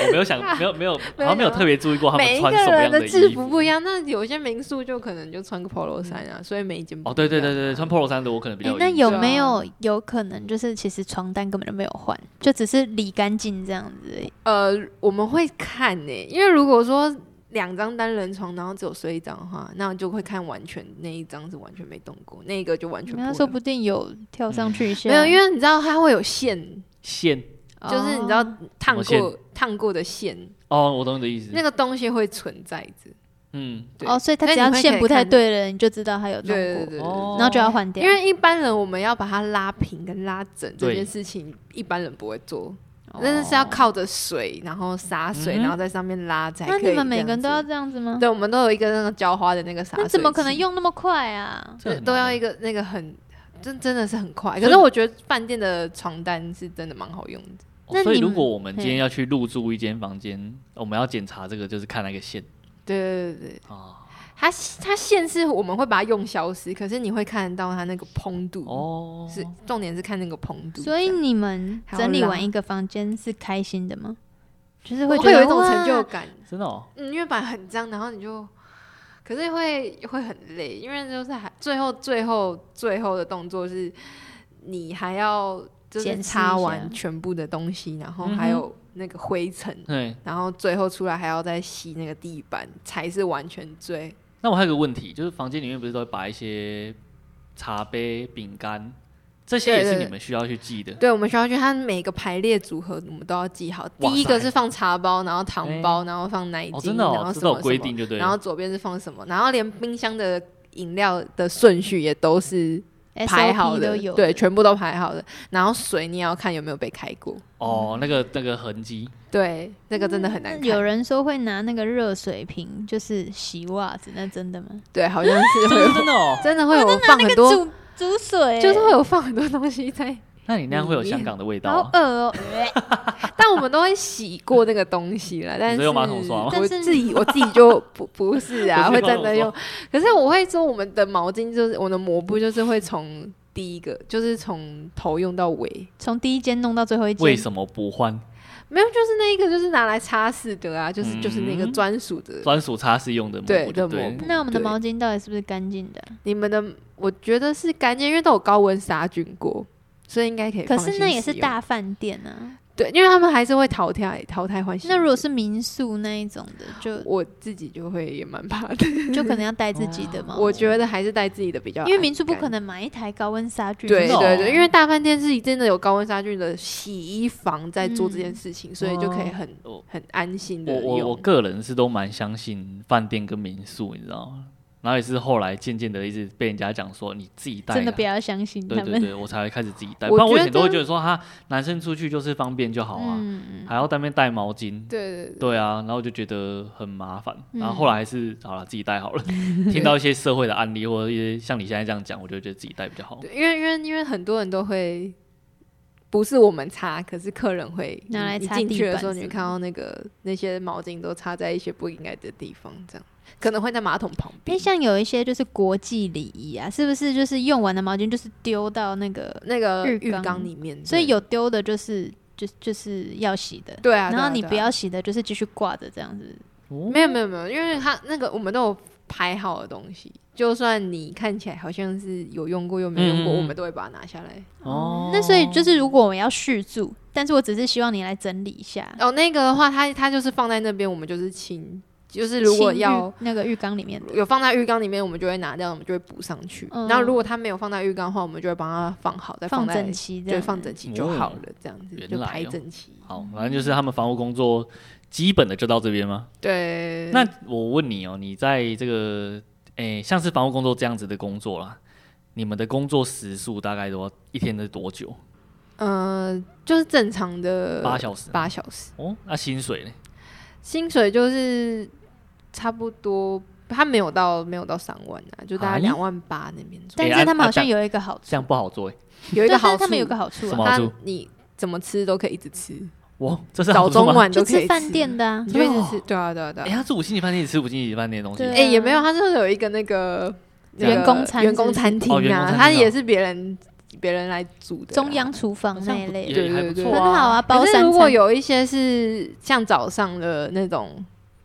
[SPEAKER 2] 我没有想， 没有没有，好像没有特别注意过他
[SPEAKER 3] 每
[SPEAKER 2] 们
[SPEAKER 3] 一
[SPEAKER 2] 穿
[SPEAKER 3] 个
[SPEAKER 2] 什么样
[SPEAKER 3] 人的制
[SPEAKER 2] 衣
[SPEAKER 3] 服
[SPEAKER 2] 服。嗯
[SPEAKER 3] 不一样，那有些民宿就可能就穿个 polo 衫啊，所以每一件不
[SPEAKER 2] 哦，对对对
[SPEAKER 3] 一样
[SPEAKER 2] 对，
[SPEAKER 3] 啊
[SPEAKER 2] 穿 polo 衫的我可能比
[SPEAKER 1] 哎、
[SPEAKER 2] 较
[SPEAKER 1] 那
[SPEAKER 2] 印象
[SPEAKER 1] 有没有有可能就是其实床单根本就没有换，就只是理干净这样子而已？
[SPEAKER 3] 呃，我们会看呢、因为如果说两张单人床，然后只有睡一张的话，那就会看完全那一张是完全没动过，那一个就完全
[SPEAKER 1] 人
[SPEAKER 3] 不
[SPEAKER 1] 家
[SPEAKER 3] 会
[SPEAKER 1] 说不定有跳上去一下，
[SPEAKER 3] 没有，因为你知道它会有线，
[SPEAKER 2] 线
[SPEAKER 3] 就是你知道
[SPEAKER 1] 哦
[SPEAKER 3] 烫
[SPEAKER 2] 什么
[SPEAKER 3] 过烫过的线，
[SPEAKER 2] 哦，我懂你的意思。
[SPEAKER 3] 那个东西会存在着。
[SPEAKER 2] 嗯，
[SPEAKER 3] 对
[SPEAKER 1] 哦，所以他
[SPEAKER 3] 那
[SPEAKER 1] 只
[SPEAKER 3] 你
[SPEAKER 1] 要
[SPEAKER 3] 会
[SPEAKER 1] 线
[SPEAKER 3] 可以
[SPEAKER 1] 不太
[SPEAKER 3] 看
[SPEAKER 1] 对了，你就知道他有弄过，
[SPEAKER 3] 对对对对
[SPEAKER 2] 哦
[SPEAKER 1] 然后就要换掉。
[SPEAKER 3] 因为一般人我们要把它拉平跟拉整这
[SPEAKER 2] 对
[SPEAKER 3] 件事情，一般人不会做，那
[SPEAKER 1] 哦
[SPEAKER 3] 是要靠着水，然后洒
[SPEAKER 2] 嗯
[SPEAKER 3] 水，
[SPEAKER 2] 哼
[SPEAKER 3] 然后在上面拉才可
[SPEAKER 1] 那
[SPEAKER 3] 以。
[SPEAKER 1] 你们每个人都要
[SPEAKER 3] 这样
[SPEAKER 1] 这样子吗
[SPEAKER 3] 子？？对，我啊们都有一个那个浇花的那个洒水
[SPEAKER 1] 那
[SPEAKER 3] 器，
[SPEAKER 1] 怎么可能用那么快啊？
[SPEAKER 2] 这
[SPEAKER 3] 对？
[SPEAKER 2] 很
[SPEAKER 3] 都
[SPEAKER 2] 难
[SPEAKER 3] 要
[SPEAKER 2] 欸
[SPEAKER 3] 一个那个很真真的是很快。
[SPEAKER 2] 所以
[SPEAKER 3] 可是我觉得饭店的床单是真的蛮好用的，
[SPEAKER 2] 哦
[SPEAKER 1] 那
[SPEAKER 2] 所以
[SPEAKER 1] 你
[SPEAKER 2] 如
[SPEAKER 1] 们
[SPEAKER 2] 果我们今天
[SPEAKER 1] 嘿
[SPEAKER 2] 要去入住一间房间，我们要检查这个，就是看那个线
[SPEAKER 3] 对对对对，
[SPEAKER 2] 啊。
[SPEAKER 3] 它它线是我们会把它用消失，可是你会看得到它那个蓬度，
[SPEAKER 2] 哦，
[SPEAKER 3] 是重点是看那个蓬度，
[SPEAKER 1] 所以
[SPEAKER 3] 这样
[SPEAKER 1] 你们
[SPEAKER 3] 还要
[SPEAKER 1] 整理
[SPEAKER 3] 拉
[SPEAKER 1] 完一个房间是开心的吗？就是
[SPEAKER 3] 会
[SPEAKER 1] 觉得
[SPEAKER 3] 有一种成就
[SPEAKER 1] 哇
[SPEAKER 3] 感。
[SPEAKER 2] 真的哦，
[SPEAKER 3] 嗯，因为本来很脏，然后你就，可是会会很累，因为就是还最后最后最后的动作是，你还要就是
[SPEAKER 1] 检视一
[SPEAKER 3] 擦完
[SPEAKER 1] 下
[SPEAKER 3] 全部的东西，然后
[SPEAKER 2] 嗯哼
[SPEAKER 3] 还有那个灰尘，
[SPEAKER 2] 对，
[SPEAKER 3] 然后最后出来还要再吸那个地板，才是完全最
[SPEAKER 2] 那我还有个问题，就是房间里面不是都会把一些茶杯、饼干这些也
[SPEAKER 3] 对对
[SPEAKER 2] 是
[SPEAKER 3] 对
[SPEAKER 2] 你们需要去记的。
[SPEAKER 3] 对。我们需要去它每个排列组合，我们都要记好。第
[SPEAKER 2] 哇
[SPEAKER 3] 一个
[SPEAKER 2] 塞
[SPEAKER 3] 是放茶包，然后糖包，然后放奶
[SPEAKER 2] 哦，
[SPEAKER 3] 精，
[SPEAKER 2] 真的
[SPEAKER 3] 然
[SPEAKER 2] 哦，
[SPEAKER 3] 后
[SPEAKER 2] 这
[SPEAKER 3] 什
[SPEAKER 2] 都有
[SPEAKER 3] 么
[SPEAKER 2] 规
[SPEAKER 3] 什么，
[SPEAKER 2] 定，就对了。
[SPEAKER 3] 然后左边是放什么，然后连冰箱的饮料的顺序也都是排好
[SPEAKER 1] SOP
[SPEAKER 3] 的
[SPEAKER 1] 都，有，
[SPEAKER 3] 对，，全部都排好的。然后水你也要看有没有被开过，
[SPEAKER 2] 哦，那个那个痕迹，
[SPEAKER 3] 对，那个真的很难看。
[SPEAKER 1] 嗯有人说会拿那个热水瓶就是洗袜子，那真的吗？
[SPEAKER 3] 对，好像是
[SPEAKER 2] 真
[SPEAKER 3] 会
[SPEAKER 2] 的
[SPEAKER 3] 有
[SPEAKER 2] 真的哦。
[SPEAKER 3] 真的会有
[SPEAKER 1] 拿那
[SPEAKER 3] 放很
[SPEAKER 1] 个
[SPEAKER 3] 多，
[SPEAKER 1] 煮煮水，
[SPEAKER 3] 就是会有放很多东西在，
[SPEAKER 2] 那你那样会有香港的味道
[SPEAKER 1] 好
[SPEAKER 2] 啊。
[SPEAKER 1] 恶哦，
[SPEAKER 3] 但我们都会洗过那个东西了。但
[SPEAKER 2] 你
[SPEAKER 3] 是
[SPEAKER 2] 说用马桶刷吗
[SPEAKER 1] 但
[SPEAKER 3] 我
[SPEAKER 1] 是
[SPEAKER 3] 自己我自己就 不不是啊，
[SPEAKER 2] 不
[SPEAKER 3] 会
[SPEAKER 2] 是
[SPEAKER 3] 真的
[SPEAKER 2] 用
[SPEAKER 3] 用。可是我会说，我们的毛巾就是我的抹布，就是会从第一个，就是从头用到尾。
[SPEAKER 1] 从第一间弄到最后一间，
[SPEAKER 2] 为什么不换
[SPEAKER 3] 没有，就是那一个，就是拿来擦拭的啊，就是、就是那个
[SPEAKER 2] 嗯
[SPEAKER 3] 专属的。
[SPEAKER 2] 专属擦拭用的抹
[SPEAKER 3] 对
[SPEAKER 2] 布就
[SPEAKER 3] 的
[SPEAKER 2] 对
[SPEAKER 3] 抹
[SPEAKER 2] 了？
[SPEAKER 3] 布
[SPEAKER 1] 那我们的
[SPEAKER 3] 对
[SPEAKER 1] 毛巾到底是不是干净的？
[SPEAKER 3] 你们的我觉得是干净，因为都有高温杀菌过，所以应该可以
[SPEAKER 1] 可
[SPEAKER 3] 放心使用。哦
[SPEAKER 1] 是那也是大饭店啊。
[SPEAKER 3] 对，因为他们还是会淘汰淘汰换新的。
[SPEAKER 1] 那如果是民宿那一种的， 就
[SPEAKER 3] 我自己就会也蛮怕 的，
[SPEAKER 1] 就可能要带自己的嘛。
[SPEAKER 3] 我觉得还是带自己的比较安
[SPEAKER 1] 哦
[SPEAKER 3] 全感，
[SPEAKER 1] 因为民宿不可能买一台高温杀菌机，
[SPEAKER 3] 对。
[SPEAKER 2] 真的哦
[SPEAKER 3] 对对，因为大饭店是真的有高温杀菌的洗衣房在做这件事情，所以就可以很
[SPEAKER 2] 哦
[SPEAKER 3] 很安心的
[SPEAKER 2] 我我我
[SPEAKER 3] 用。
[SPEAKER 2] 个人是都蛮相信饭店跟民宿，你知道吗？然后也是后来渐渐的一直被人家讲说你自己带啦，啊
[SPEAKER 1] 真的不要相信他
[SPEAKER 2] 对
[SPEAKER 1] 们。
[SPEAKER 2] 对对，我才会开始自己带。不
[SPEAKER 3] 我
[SPEAKER 2] 然我以
[SPEAKER 3] 觉
[SPEAKER 2] 前都会
[SPEAKER 3] 得
[SPEAKER 2] 觉得说，哈，男生出去就是方便就好啊，
[SPEAKER 1] 嗯，
[SPEAKER 2] 还要在那边带毛巾。
[SPEAKER 3] 对对
[SPEAKER 2] 对啊，然后我就觉得很麻烦，
[SPEAKER 1] 嗯
[SPEAKER 2] 然后后来还是好了，自己带好 了。听到一些社会的案例或者一些像你现在这样讲，我就觉得自己带比较
[SPEAKER 1] 哦
[SPEAKER 2] 好。
[SPEAKER 3] 对，因为因为因为很多人都会，不是我们擦，可是客人会
[SPEAKER 1] 拿来
[SPEAKER 3] 你
[SPEAKER 1] 擦
[SPEAKER 3] 进
[SPEAKER 1] 地
[SPEAKER 3] 去的
[SPEAKER 1] 板
[SPEAKER 3] 时候，你
[SPEAKER 1] 什
[SPEAKER 3] 会
[SPEAKER 1] 么
[SPEAKER 3] 看到那个那些毛巾都插在一些不应该的地方，这样可能会在马桶旁
[SPEAKER 1] 因
[SPEAKER 3] 边
[SPEAKER 1] 为。哎像有一些就是国际礼仪啊，是不是就是用完的毛巾就是丢到那个，
[SPEAKER 3] 那个
[SPEAKER 1] 浴
[SPEAKER 3] 浴
[SPEAKER 1] 缸
[SPEAKER 3] 缸里面，
[SPEAKER 1] 所以
[SPEAKER 3] 对
[SPEAKER 1] 有丢的就是就就是要洗的，
[SPEAKER 3] 对啊，对
[SPEAKER 1] 然后
[SPEAKER 3] 啊
[SPEAKER 1] 你
[SPEAKER 3] 对啊
[SPEAKER 1] 不要洗的，就是继续挂着这样子。
[SPEAKER 2] 哦
[SPEAKER 3] 没有没有没有，因为它那个我们都有排好的东西，就算你看起来好像是有用过又没用
[SPEAKER 2] 嗯
[SPEAKER 3] 过，
[SPEAKER 2] 嗯嗯
[SPEAKER 3] 我们都会把它拿下来。
[SPEAKER 2] 哦
[SPEAKER 1] 那所以就是如果我要续住，但是我只是希望你来整理一下。
[SPEAKER 3] 哦，那个的话，它它就是放在那边，我们就是清，就是如果
[SPEAKER 1] 清浴
[SPEAKER 3] 要
[SPEAKER 1] 那个浴缸里面的，
[SPEAKER 3] 有放在浴缸里面，我们就会拿掉，我们就会补上去。
[SPEAKER 1] 嗯
[SPEAKER 3] 然后如果它没有放在浴缸的话，我们就会帮它放好，再
[SPEAKER 1] 放
[SPEAKER 3] 在
[SPEAKER 1] 整齐这
[SPEAKER 3] 对，
[SPEAKER 1] 样，
[SPEAKER 3] 放整齐就好了，这样子
[SPEAKER 2] 原
[SPEAKER 3] 就
[SPEAKER 2] 来
[SPEAKER 3] 排
[SPEAKER 2] 哦
[SPEAKER 3] 整齐。
[SPEAKER 2] 好，反正就是他们房屋工作基本的就到这边吗？
[SPEAKER 3] 对，
[SPEAKER 2] 那我问你哦，你在这个诶、像是房屋工作这样子的工作啦，你们的工作时数大概多一天是多久？
[SPEAKER 3] 呃，就是正常的
[SPEAKER 2] 八小时吗。
[SPEAKER 3] 呃八小时。
[SPEAKER 2] 哦，那薪水呢？
[SPEAKER 3] 薪水就是差不多，他没有到没有到三万啊，就大概
[SPEAKER 2] 啊
[SPEAKER 3] 两万八那边左
[SPEAKER 1] 但
[SPEAKER 3] 右。
[SPEAKER 2] 哎啊
[SPEAKER 1] 是他们好像
[SPEAKER 2] 啊
[SPEAKER 1] 有一个好处，
[SPEAKER 2] 这样不好做哎。
[SPEAKER 3] 有一个
[SPEAKER 1] 对但
[SPEAKER 3] 好
[SPEAKER 1] 是
[SPEAKER 3] 处，
[SPEAKER 1] 他们有个好处
[SPEAKER 2] 什
[SPEAKER 1] 啊，
[SPEAKER 2] 么好
[SPEAKER 3] 他
[SPEAKER 2] 处
[SPEAKER 3] 你怎么吃都可以一直吃，
[SPEAKER 2] 哇，这是好
[SPEAKER 3] 早
[SPEAKER 2] 处
[SPEAKER 3] 中
[SPEAKER 2] 吗？
[SPEAKER 3] 晚都
[SPEAKER 1] 就
[SPEAKER 3] 可以
[SPEAKER 1] 吃饭店，的啊
[SPEAKER 3] 你。就一
[SPEAKER 2] 真的
[SPEAKER 3] 直
[SPEAKER 2] 哦
[SPEAKER 3] 吃。对啊，对啊，对
[SPEAKER 2] 哎、
[SPEAKER 3] 啊。
[SPEAKER 2] 他住五星级饭店，吃五星级饭店的东西。
[SPEAKER 1] 对啊
[SPEAKER 3] 哎，也没有，他就是有一个那个那个
[SPEAKER 1] 员工餐
[SPEAKER 3] 员工餐厅
[SPEAKER 2] 是不嗯是哦员工
[SPEAKER 3] 啊，
[SPEAKER 2] 餐厅哦
[SPEAKER 3] 他也是别人别人来煮的啊
[SPEAKER 1] 中央。厨
[SPEAKER 2] 好
[SPEAKER 1] 房
[SPEAKER 2] 像
[SPEAKER 1] 那一
[SPEAKER 2] 不
[SPEAKER 1] 类的，
[SPEAKER 2] 也
[SPEAKER 3] 对
[SPEAKER 2] 还
[SPEAKER 3] 对
[SPEAKER 2] 不
[SPEAKER 3] 对
[SPEAKER 2] 错
[SPEAKER 1] 很好啊，包
[SPEAKER 3] 可是
[SPEAKER 1] 三
[SPEAKER 3] 如果
[SPEAKER 1] 餐。
[SPEAKER 3] 有一些是像早上的那种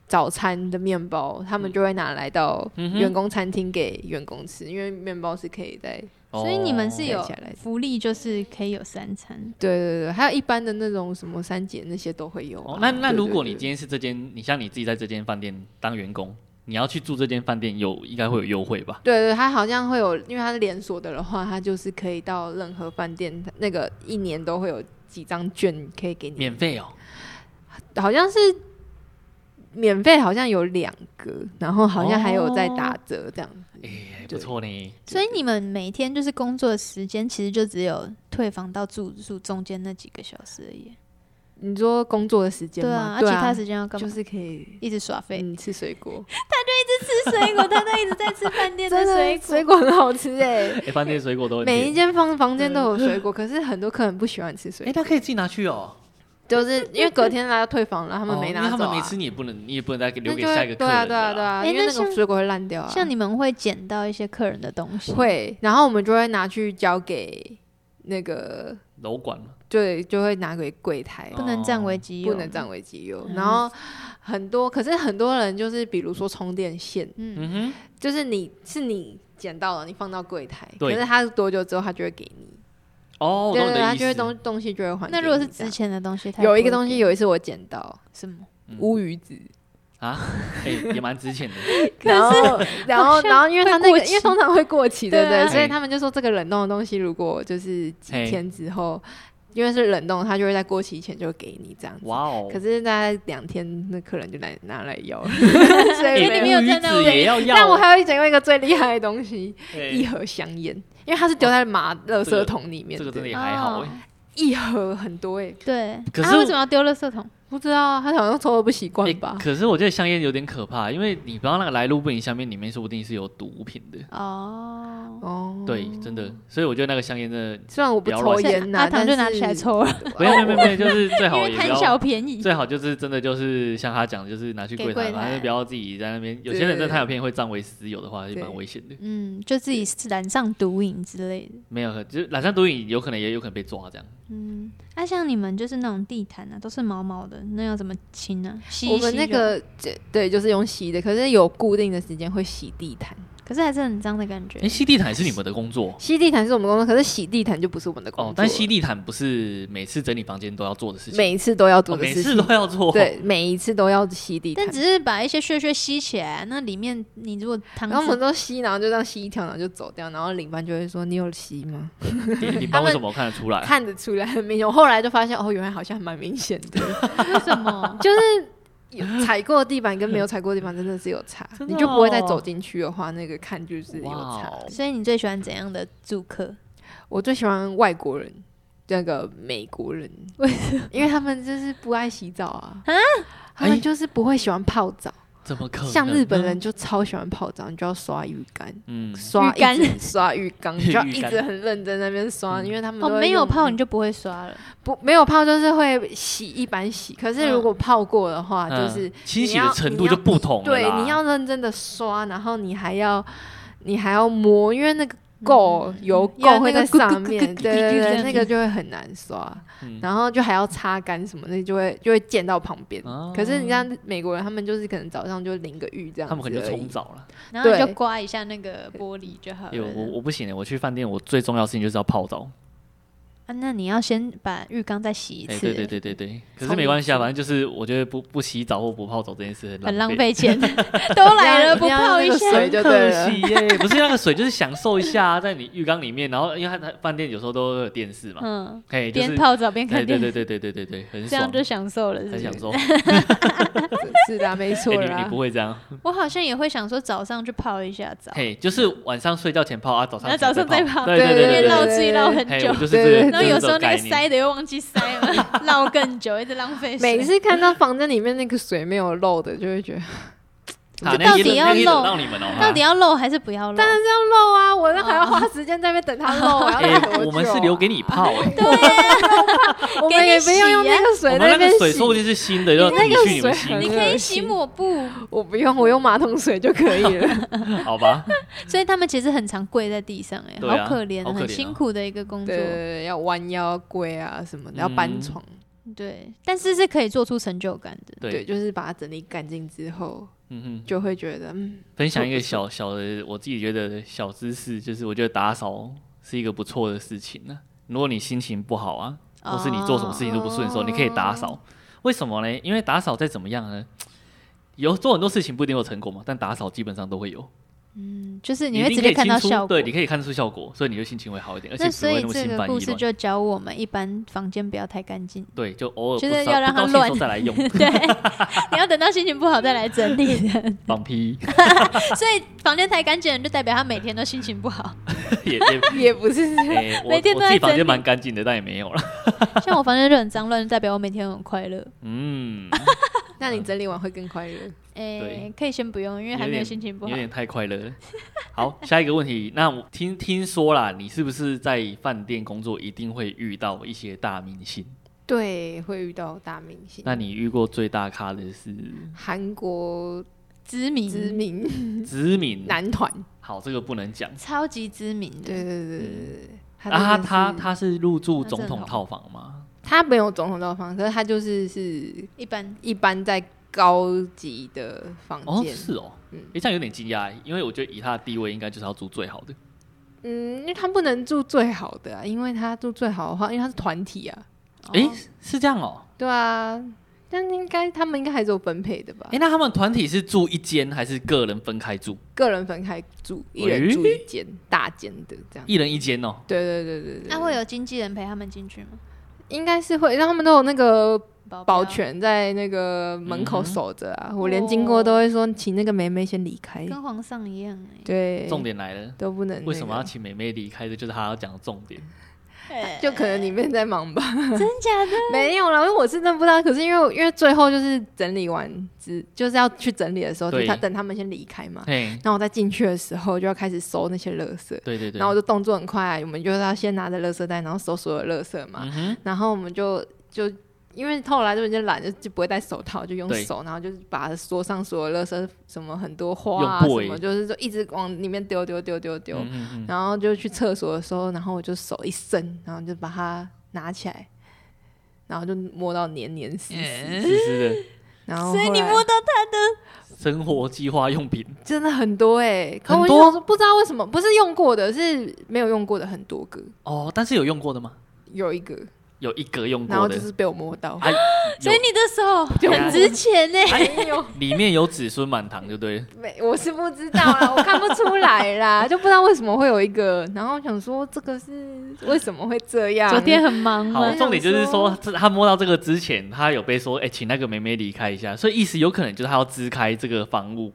[SPEAKER 3] 早餐的面包，他们就会拿来到
[SPEAKER 2] 嗯哼
[SPEAKER 3] 员工餐厅给员工吃，因为面包是可以在
[SPEAKER 2] 哦
[SPEAKER 1] 所以你们是有
[SPEAKER 3] 下来的
[SPEAKER 1] 福利，就是可以有三餐。
[SPEAKER 3] 对对对，还有一般的那种什么三姐那些都会有啊、
[SPEAKER 2] 哦，那那
[SPEAKER 3] 对
[SPEAKER 2] 如果
[SPEAKER 3] 对
[SPEAKER 2] 你
[SPEAKER 3] 对
[SPEAKER 2] 今天是这间，你像你自己在这间饭店当员工，你要去住这间饭店有，应该会有优惠吧？
[SPEAKER 3] 对对，它好像会有，因为它是连锁的的话，它就是可以到任何饭店，那个一年都会有几张券可以给你，
[SPEAKER 2] 免费哦，
[SPEAKER 3] 好像是免费，好像有两个，然后好像还有在打折这样。
[SPEAKER 2] 哎、不
[SPEAKER 3] 对
[SPEAKER 2] 错呢。
[SPEAKER 1] 所以你们每天就是工作的时间，其实就只有退房到住宿中间那几个小时而已。
[SPEAKER 3] 你说工作的时间
[SPEAKER 1] 对
[SPEAKER 3] 吗？
[SPEAKER 1] 啊，啊
[SPEAKER 3] 对
[SPEAKER 1] 其
[SPEAKER 3] 啊，
[SPEAKER 1] 他时间要干
[SPEAKER 3] 就
[SPEAKER 1] 嘛？
[SPEAKER 3] 是可以。
[SPEAKER 1] 一直耍废，
[SPEAKER 3] 嗯，吃水 果，
[SPEAKER 1] 吃水果，他都一直在吃饭店的
[SPEAKER 3] 真
[SPEAKER 1] 水
[SPEAKER 3] 的
[SPEAKER 1] 果
[SPEAKER 3] 水。果很好吃 哎、
[SPEAKER 2] 哎、饭店水果都很
[SPEAKER 3] 每
[SPEAKER 2] 甜
[SPEAKER 3] 一间房房间都有水果，可是很多客人不喜欢吃水
[SPEAKER 2] 哎、
[SPEAKER 1] 嗯
[SPEAKER 3] 果，
[SPEAKER 2] 他可以自己拿去哦。
[SPEAKER 3] 就是因为隔天大家退房了，他
[SPEAKER 2] 他
[SPEAKER 3] 们没拿走、啊
[SPEAKER 2] 哦他们没吃，你也不能，你也不能再给留
[SPEAKER 3] 那
[SPEAKER 2] 给
[SPEAKER 3] 就会
[SPEAKER 2] 下一个客
[SPEAKER 3] 对
[SPEAKER 2] 人
[SPEAKER 3] 啊，
[SPEAKER 2] 的
[SPEAKER 3] 对啊，对啊，
[SPEAKER 1] 哎
[SPEAKER 3] 因为
[SPEAKER 1] 那
[SPEAKER 3] 那种
[SPEAKER 1] 像
[SPEAKER 3] 水果会烂掉啊。
[SPEAKER 1] 像你们会捡到一些客人的东西，
[SPEAKER 3] 会，然后我们就会拿去交给那个，
[SPEAKER 2] 楼管嘛，
[SPEAKER 3] 对，就会拿给柜台，
[SPEAKER 1] 不能占为己有，
[SPEAKER 3] 哦不能占为己有。
[SPEAKER 1] 嗯
[SPEAKER 3] 然后很多，可是很多人就是，比如说充电线，
[SPEAKER 1] 嗯，
[SPEAKER 2] 嗯
[SPEAKER 3] 就是你是你捡到了，你放到柜台，可
[SPEAKER 2] 对
[SPEAKER 3] 是他多久之后他就会给你。
[SPEAKER 2] 哼，哦，我
[SPEAKER 3] 对
[SPEAKER 2] 懂你
[SPEAKER 3] 对对，他
[SPEAKER 2] 的意
[SPEAKER 3] 就会
[SPEAKER 2] 思。
[SPEAKER 3] 东东西就会还给你。
[SPEAKER 1] 那如果是
[SPEAKER 3] 这
[SPEAKER 1] 值
[SPEAKER 3] 样
[SPEAKER 1] 钱的东西，它
[SPEAKER 3] 有
[SPEAKER 1] 也
[SPEAKER 3] 一个
[SPEAKER 1] 不会
[SPEAKER 3] 东西，
[SPEAKER 1] 给
[SPEAKER 3] 有一次我捡到
[SPEAKER 1] 什么？
[SPEAKER 2] 嗯
[SPEAKER 3] 乌鱼子，
[SPEAKER 2] 啊，哎、也蛮值 钱的。
[SPEAKER 3] 然后然后
[SPEAKER 1] 好像
[SPEAKER 3] 然后因为它那
[SPEAKER 1] 会
[SPEAKER 3] 个
[SPEAKER 1] 过期
[SPEAKER 3] 因为通常会过期，对不
[SPEAKER 1] 对
[SPEAKER 3] 对？
[SPEAKER 1] 啊
[SPEAKER 3] 所以他们就说这个冷冻的东西，如果就是几
[SPEAKER 2] 嘿
[SPEAKER 3] 天之后，因为是冷冻，它就会在过期前就给你这样子。
[SPEAKER 2] 哇哦！
[SPEAKER 3] 可
[SPEAKER 2] 是
[SPEAKER 3] 是大概两天，那客人就来拿来 要了，所
[SPEAKER 2] 哎
[SPEAKER 1] 因
[SPEAKER 3] 以
[SPEAKER 1] 为你没有站在我
[SPEAKER 2] 也要要， 啊
[SPEAKER 3] 但我还有一整个一个最厉害的东西，
[SPEAKER 2] 哎
[SPEAKER 3] 一盒香烟，因为它是丢在马垃
[SPEAKER 2] 哦这个
[SPEAKER 3] 圾桶里面
[SPEAKER 2] 这
[SPEAKER 3] 的，
[SPEAKER 2] 个真的也还好、哎
[SPEAKER 1] 哦
[SPEAKER 3] 一盒很多哎、
[SPEAKER 1] 对，
[SPEAKER 2] 可
[SPEAKER 1] 啊
[SPEAKER 2] 是
[SPEAKER 1] 为什么要丢垃圾桶？
[SPEAKER 3] 不知道啊他好像抽的不习惯
[SPEAKER 2] 哎
[SPEAKER 3] 吧？
[SPEAKER 2] 可是我觉得香烟有点可怕，因为你不知道那个来路不明香烟里面说不定是有毒品的。
[SPEAKER 1] 哦，
[SPEAKER 3] 哦，
[SPEAKER 2] 对，真的，所以我觉得那个香烟真的
[SPEAKER 3] 虽然我不
[SPEAKER 2] 不要
[SPEAKER 3] 抽
[SPEAKER 2] 乱
[SPEAKER 3] 烟呐、
[SPEAKER 1] 阿唐
[SPEAKER 3] 但
[SPEAKER 1] 就是拿起来，抽 了，
[SPEAKER 3] 哦
[SPEAKER 2] 没有没有没有，就是最
[SPEAKER 1] 因
[SPEAKER 2] 好
[SPEAKER 1] 为
[SPEAKER 2] 哦也不
[SPEAKER 1] 贪小
[SPEAKER 2] 要，
[SPEAKER 1] 便宜。
[SPEAKER 2] 最好就是真的就是像他讲的，就是拿去
[SPEAKER 1] 给
[SPEAKER 2] 柜台
[SPEAKER 1] 柜
[SPEAKER 2] 嘛，反
[SPEAKER 1] 台
[SPEAKER 2] 正不要自己在那边。有些
[SPEAKER 3] 对
[SPEAKER 2] 人真
[SPEAKER 3] 对
[SPEAKER 2] 的
[SPEAKER 3] 对
[SPEAKER 2] 贪小便宜会占为私有的话，就蛮
[SPEAKER 3] 对
[SPEAKER 2] 危险的。
[SPEAKER 1] 嗯，就自己染上毒瘾之类的。
[SPEAKER 2] 没有，就是染上毒瘾，有可能也有可能被抓这样。
[SPEAKER 1] 嗯，那、像你们就是那种地毯啊，都是毛毛的，那要怎么清呢、啊？洗一
[SPEAKER 3] 我
[SPEAKER 1] 洗
[SPEAKER 3] 们那
[SPEAKER 1] 就，
[SPEAKER 3] 个这对就是用洗的，可是有固定的时间会洗地毯。
[SPEAKER 1] 可是还是很脏的感觉
[SPEAKER 2] 哎、。吸地毯是你们的工作
[SPEAKER 3] 吸地毯是我们工作，可是洗地毯就不是我们的工作
[SPEAKER 2] 哦
[SPEAKER 3] 了。，
[SPEAKER 2] 但吸地毯不是每次整理房间都要做的事情，
[SPEAKER 3] 每一次都要做
[SPEAKER 2] 哦
[SPEAKER 3] 的
[SPEAKER 2] 每
[SPEAKER 3] 事
[SPEAKER 2] 次
[SPEAKER 3] 情，
[SPEAKER 2] 都要做。
[SPEAKER 3] 对，每一次都要吸地毯
[SPEAKER 1] 但。只是把一些屑屑吸起来，啊那里面你如果汤
[SPEAKER 3] 然后我们
[SPEAKER 1] 汁，
[SPEAKER 3] 都吸，然后就这样吸一条，然后就走掉。然后领班就会说：“你有吸吗
[SPEAKER 2] 你你
[SPEAKER 3] 他
[SPEAKER 2] 帮
[SPEAKER 3] 们
[SPEAKER 2] 为什么我看得出？”来？
[SPEAKER 3] 看得出来很明显。我后来就发现，哦，原来好像还蛮明显的，
[SPEAKER 1] 为什
[SPEAKER 2] 啊
[SPEAKER 1] 么？
[SPEAKER 3] 就是有踩过的地板跟没有踩过的地板真的是有差。
[SPEAKER 2] 真的
[SPEAKER 3] 你
[SPEAKER 2] 哦
[SPEAKER 3] 就不会再走进去的话，那个看就是有
[SPEAKER 2] 哇
[SPEAKER 3] 差。
[SPEAKER 2] 哦
[SPEAKER 1] 所以你最喜欢怎样的住客？
[SPEAKER 3] 我最喜欢外国人，那个美国人，
[SPEAKER 1] 为
[SPEAKER 3] 因为他们就是不爱洗澡啊，他们
[SPEAKER 2] 哎
[SPEAKER 3] 就是不会喜欢泡澡。
[SPEAKER 2] 怎么哎可能？啊
[SPEAKER 3] 像日本人，就超喜欢泡澡，你就要刷浴缸。
[SPEAKER 2] 嗯，
[SPEAKER 3] 刷
[SPEAKER 1] 浴缸
[SPEAKER 3] 一直刷浴缸，你就要
[SPEAKER 2] 浴
[SPEAKER 3] 一
[SPEAKER 2] 缸
[SPEAKER 3] 直很认真在那边刷，
[SPEAKER 2] 嗯
[SPEAKER 3] 因为他们都
[SPEAKER 1] 哦，
[SPEAKER 3] 会
[SPEAKER 1] 没有
[SPEAKER 3] 用
[SPEAKER 1] 泡你就不会刷了，
[SPEAKER 3] 不没有泡就是会洗一般洗，可是如果泡过的话，
[SPEAKER 2] 嗯
[SPEAKER 3] 啊就是
[SPEAKER 2] 清洗
[SPEAKER 3] 你
[SPEAKER 2] 的
[SPEAKER 3] 要
[SPEAKER 2] 程度就不同了
[SPEAKER 3] 对
[SPEAKER 2] 啦。
[SPEAKER 3] 你要认真的刷，然后你还要你还要摸，因为那个垢油垢会在上面，对对对，那个就会很难刷，
[SPEAKER 2] 嗯
[SPEAKER 3] 然后就还要擦干什么，那就会就会溅到旁边。
[SPEAKER 2] 哦
[SPEAKER 3] 可是你像美国人，他们就是可能早上就淋个浴这样子而已，
[SPEAKER 2] 他们可能就冲澡了。
[SPEAKER 1] 然后你
[SPEAKER 3] 对
[SPEAKER 1] 就刮一下那个玻璃就好
[SPEAKER 2] 哎呦，我
[SPEAKER 1] 了。
[SPEAKER 2] 我不行了，我去饭店，我最重要的事情就是要泡澡。
[SPEAKER 1] 啊，那你要先把浴缸再洗一
[SPEAKER 2] 哎，
[SPEAKER 1] 次，
[SPEAKER 2] 对对对对对，可
[SPEAKER 3] 超
[SPEAKER 2] 是没关
[SPEAKER 3] 级
[SPEAKER 2] 系啊，反正就是我觉得不不洗澡或不泡澡这件事
[SPEAKER 1] 很
[SPEAKER 2] 浪
[SPEAKER 1] 浪。费 钱，都来了
[SPEAKER 3] 一
[SPEAKER 1] 不
[SPEAKER 3] 定要
[SPEAKER 1] 泡一
[SPEAKER 3] 用那
[SPEAKER 1] 下，
[SPEAKER 3] 个水就
[SPEAKER 2] 可
[SPEAKER 3] 对了
[SPEAKER 2] 惜耶，不是那个水，就是享受一下，啊在你浴缸里面，然后因为他饭店有时候都有电视嘛，
[SPEAKER 1] 嗯，
[SPEAKER 2] 哎，就
[SPEAKER 1] 边
[SPEAKER 2] 是
[SPEAKER 1] 泡澡边
[SPEAKER 2] 对
[SPEAKER 1] 看
[SPEAKER 2] 对
[SPEAKER 1] 电
[SPEAKER 2] 对
[SPEAKER 1] 视，
[SPEAKER 2] 对对对对对，很
[SPEAKER 1] 这样
[SPEAKER 2] 爽
[SPEAKER 1] 就，享受了，是不
[SPEAKER 2] 很
[SPEAKER 1] 是
[SPEAKER 2] 享 受。
[SPEAKER 3] 是的啊，没错
[SPEAKER 2] 哎 你你
[SPEAKER 3] 啦
[SPEAKER 2] 不。会这样，
[SPEAKER 1] 我好像也会想说早上去泡一下澡，
[SPEAKER 2] 嘿，就是晚上睡觉前泡啊，早上
[SPEAKER 1] 然后
[SPEAKER 2] 起来
[SPEAKER 1] 嗯早上再
[SPEAKER 2] 泡，
[SPEAKER 1] 泡
[SPEAKER 2] 对
[SPEAKER 3] 对
[SPEAKER 2] 对
[SPEAKER 1] 因
[SPEAKER 2] 对
[SPEAKER 1] 为
[SPEAKER 2] 对
[SPEAKER 1] 绕
[SPEAKER 2] 对
[SPEAKER 1] 自己绕很
[SPEAKER 2] 嘿，
[SPEAKER 1] 久
[SPEAKER 2] 我，就是这个，
[SPEAKER 1] 然后有时候那个
[SPEAKER 2] 塞，
[SPEAKER 1] 塞的又忘记塞 了，绕更久，一直浪费水。
[SPEAKER 3] 每次看到房间里面那个水没有漏的，就会觉得
[SPEAKER 2] 好
[SPEAKER 1] 到
[SPEAKER 2] 那一
[SPEAKER 1] 底
[SPEAKER 2] 轮
[SPEAKER 1] 要
[SPEAKER 2] 那一轮
[SPEAKER 1] 漏
[SPEAKER 2] 到你们哦，
[SPEAKER 1] 到底
[SPEAKER 2] 哈
[SPEAKER 1] 要漏还是不要漏？
[SPEAKER 3] 当然是要漏啊，我那还要花时间在那边等它 漏，我要
[SPEAKER 2] 哎
[SPEAKER 3] 等多久啊？
[SPEAKER 2] 我们是留给你 泡，哎
[SPEAKER 3] 我们也不用用那个
[SPEAKER 2] 我
[SPEAKER 3] 水
[SPEAKER 2] 们
[SPEAKER 3] 在
[SPEAKER 2] 那
[SPEAKER 3] 边
[SPEAKER 2] 个水
[SPEAKER 3] 洗
[SPEAKER 2] 说，不定是新的，就你去你们
[SPEAKER 3] 那个
[SPEAKER 1] 你
[SPEAKER 2] 洗，
[SPEAKER 3] 水
[SPEAKER 1] 可以洗抹布，
[SPEAKER 3] 我不用，我用马桶水就可以了。
[SPEAKER 2] 好吧？
[SPEAKER 1] 所以他们其实很常跪在地上，哎，
[SPEAKER 2] 对啊
[SPEAKER 1] 好可怜
[SPEAKER 2] 好
[SPEAKER 1] 啊，
[SPEAKER 2] 可怜啊
[SPEAKER 1] 很辛苦的一个工作
[SPEAKER 3] 对。对，对要弯腰跪啊什么的，要搬床，
[SPEAKER 1] 对，但是是可以做出成就感的。
[SPEAKER 2] 对，
[SPEAKER 3] 对，就是把它整理干净之后，
[SPEAKER 2] 嗯哼，
[SPEAKER 3] 就会觉得嗯，
[SPEAKER 2] 分享一 个小小的，我自己觉得小知识，就是我觉得打扫是一个不错的事情呢。如果你心情不好啊，或是你做什么事情都不顺的时候，你可以打
[SPEAKER 1] 哦
[SPEAKER 2] 扫。为什么呢？因为打扫再怎么样呢，有做很多事情不一定有成果嘛，但打扫基本上都会有。
[SPEAKER 1] 嗯，就是
[SPEAKER 2] 你
[SPEAKER 1] 你会
[SPEAKER 2] 一
[SPEAKER 1] 直
[SPEAKER 2] 定
[SPEAKER 1] 接
[SPEAKER 2] 可
[SPEAKER 1] 看
[SPEAKER 2] 以清
[SPEAKER 1] 到
[SPEAKER 2] 出
[SPEAKER 1] 效果
[SPEAKER 2] 对，。你可以看出效果，所以你就心情会好一点，而且
[SPEAKER 1] 那
[SPEAKER 2] 不
[SPEAKER 1] 所
[SPEAKER 2] 会
[SPEAKER 1] 以
[SPEAKER 2] 那么
[SPEAKER 1] 这
[SPEAKER 2] 心
[SPEAKER 1] 个
[SPEAKER 2] 烦
[SPEAKER 1] 故
[SPEAKER 2] 意
[SPEAKER 1] 事
[SPEAKER 2] 乱。
[SPEAKER 1] 就教我们，一般房间不要太干净。
[SPEAKER 2] 对，就偶尔
[SPEAKER 1] 就是
[SPEAKER 2] 不
[SPEAKER 1] 要
[SPEAKER 2] 扫
[SPEAKER 1] 让
[SPEAKER 2] 不
[SPEAKER 1] 它
[SPEAKER 2] 高兴的
[SPEAKER 1] 乱
[SPEAKER 2] 时候再来用
[SPEAKER 1] 对，你要等到心情不好再来整理的。
[SPEAKER 2] 放屁，
[SPEAKER 1] 所以房间太干净了，就代表他每天都心情不好。
[SPEAKER 2] 也也
[SPEAKER 3] 也不是
[SPEAKER 2] 哎，我
[SPEAKER 1] 每天都
[SPEAKER 2] 我自
[SPEAKER 1] 在
[SPEAKER 2] 己房
[SPEAKER 1] 整
[SPEAKER 2] 间
[SPEAKER 1] 理
[SPEAKER 2] 蛮干净的，但也没有了。
[SPEAKER 1] 像我房间就很脏乱，就代表我每天很快乐。
[SPEAKER 2] 嗯，
[SPEAKER 3] 那你整理完会更快乐。
[SPEAKER 1] 诶、
[SPEAKER 2] 对
[SPEAKER 1] 哎可以先不用，因为还
[SPEAKER 2] 有
[SPEAKER 1] 没有
[SPEAKER 2] 点
[SPEAKER 1] 心情不
[SPEAKER 2] 你
[SPEAKER 1] 好
[SPEAKER 2] 有。点太快乐 了。好，下一个问题，那我听听说啦，你是不是在饭店工作一定会遇到一些大明星？
[SPEAKER 3] 对，会遇到大明星，
[SPEAKER 2] 那你遇过最大咖的是
[SPEAKER 1] 嗯
[SPEAKER 3] 韩国
[SPEAKER 1] 知名，
[SPEAKER 3] 知名
[SPEAKER 2] 知名？
[SPEAKER 3] 男团，
[SPEAKER 2] 好，这个不能讲
[SPEAKER 1] 超级知名
[SPEAKER 3] 对
[SPEAKER 1] 的。
[SPEAKER 3] 对对对对对。他真的
[SPEAKER 2] 啊。
[SPEAKER 3] 是
[SPEAKER 2] 他他是入住
[SPEAKER 1] 他
[SPEAKER 2] 总
[SPEAKER 1] 真
[SPEAKER 2] 统
[SPEAKER 1] 好
[SPEAKER 2] 套房吗？
[SPEAKER 3] 他没有总统套房，可是他就是是
[SPEAKER 1] 一般
[SPEAKER 3] 一般在高级的房
[SPEAKER 2] 哦，
[SPEAKER 3] 间，
[SPEAKER 2] 是哦，
[SPEAKER 3] 嗯
[SPEAKER 2] 诶，这样有点惊讶，因为我觉得以他的地位，应该就是要住最好的。
[SPEAKER 3] 嗯，因为他不能住最好的啊，因为他住最好的话，因为他是团体啊，
[SPEAKER 2] 诶、
[SPEAKER 1] 哦
[SPEAKER 2] 是这样哦、
[SPEAKER 3] 对啊，但应该他们应该还是有分配的吧
[SPEAKER 2] 诶、？那他们团体是住一间还是个人分开住？
[SPEAKER 3] 个人分开住，一
[SPEAKER 2] 喂
[SPEAKER 3] 人住一间大间的这样。
[SPEAKER 2] 一人一间哦、
[SPEAKER 3] 对对对对对，
[SPEAKER 1] 那会有经纪人陪他们进去吗？
[SPEAKER 3] 应该是会，让他们都有那个
[SPEAKER 1] 保
[SPEAKER 3] 保
[SPEAKER 1] 镖
[SPEAKER 3] 全在那个门口守着啊。我连经
[SPEAKER 1] 哦
[SPEAKER 3] 过都会说，请那个梅梅先离开。
[SPEAKER 1] 跟皇上一样哎、
[SPEAKER 3] 对，
[SPEAKER 2] 重点来了，
[SPEAKER 3] 都不能、
[SPEAKER 2] 为什么要？请美妹离开？这就是她要讲的重点。
[SPEAKER 3] 就可能里面在忙吧，
[SPEAKER 1] 哎 真假的？
[SPEAKER 3] 没有啦，因为我是真的不知道。可是因为我因为最后就是整理完之，就是要去整理的时候，就
[SPEAKER 2] 对
[SPEAKER 3] 他等他们先离开嘛。
[SPEAKER 2] 嘿，
[SPEAKER 3] 那我再进去的时候，就要开始收那些垃圾。
[SPEAKER 2] 对对对
[SPEAKER 3] 然后。我就动作很快、我们就是要先拿着垃圾袋，然后收所有垃圾嘛。
[SPEAKER 2] 嗯哼，
[SPEAKER 3] 然后我们就就因为后来就人家懒，就就不会戴手套，就用
[SPEAKER 2] 对
[SPEAKER 3] 手，然后就是把桌上所有垃圾什么很多花啊
[SPEAKER 2] 用
[SPEAKER 3] 什
[SPEAKER 2] 背
[SPEAKER 3] 么，就是就一直往里面丢丢丢丢丢。
[SPEAKER 2] 嗯嗯嗯，
[SPEAKER 3] 然后就去厕所的时候，然后我就手一伸，然后就把它拿起来，然后就摸到黏黏湿湿。
[SPEAKER 2] 实施的
[SPEAKER 3] 然后
[SPEAKER 1] 所以
[SPEAKER 3] 后
[SPEAKER 1] 你
[SPEAKER 3] 来
[SPEAKER 1] 摸到他
[SPEAKER 2] 生活计划用品，
[SPEAKER 3] 真的很多哎、可
[SPEAKER 2] 很
[SPEAKER 3] 我
[SPEAKER 2] 多
[SPEAKER 3] 就想说不知道为什么，不是用过的，是没有用过的很多个，
[SPEAKER 2] 哦，但是有用过的吗？
[SPEAKER 3] 有一个，
[SPEAKER 2] 有一个用
[SPEAKER 3] 然后
[SPEAKER 2] 过
[SPEAKER 3] 就
[SPEAKER 2] 的，
[SPEAKER 3] 是被我摸到。
[SPEAKER 2] 哎，
[SPEAKER 1] 所以
[SPEAKER 2] 有
[SPEAKER 1] 你的手
[SPEAKER 2] 对啊
[SPEAKER 1] 很值钱欸呢、
[SPEAKER 3] 哎呦，
[SPEAKER 2] 里面有子孙满堂，就对了。
[SPEAKER 3] 没，我是不知道啦，我看不出来啦，就不知道为什么会有一个，然后想说这个是为什么会这样？
[SPEAKER 1] 昨天很忙啊吗
[SPEAKER 2] 好，？重点就是说
[SPEAKER 3] 嗯想，
[SPEAKER 2] 这他摸到这个之前，他有被说，哎、请那个妹妹离开一下，所以意思有可能就是他要支开这个房屋，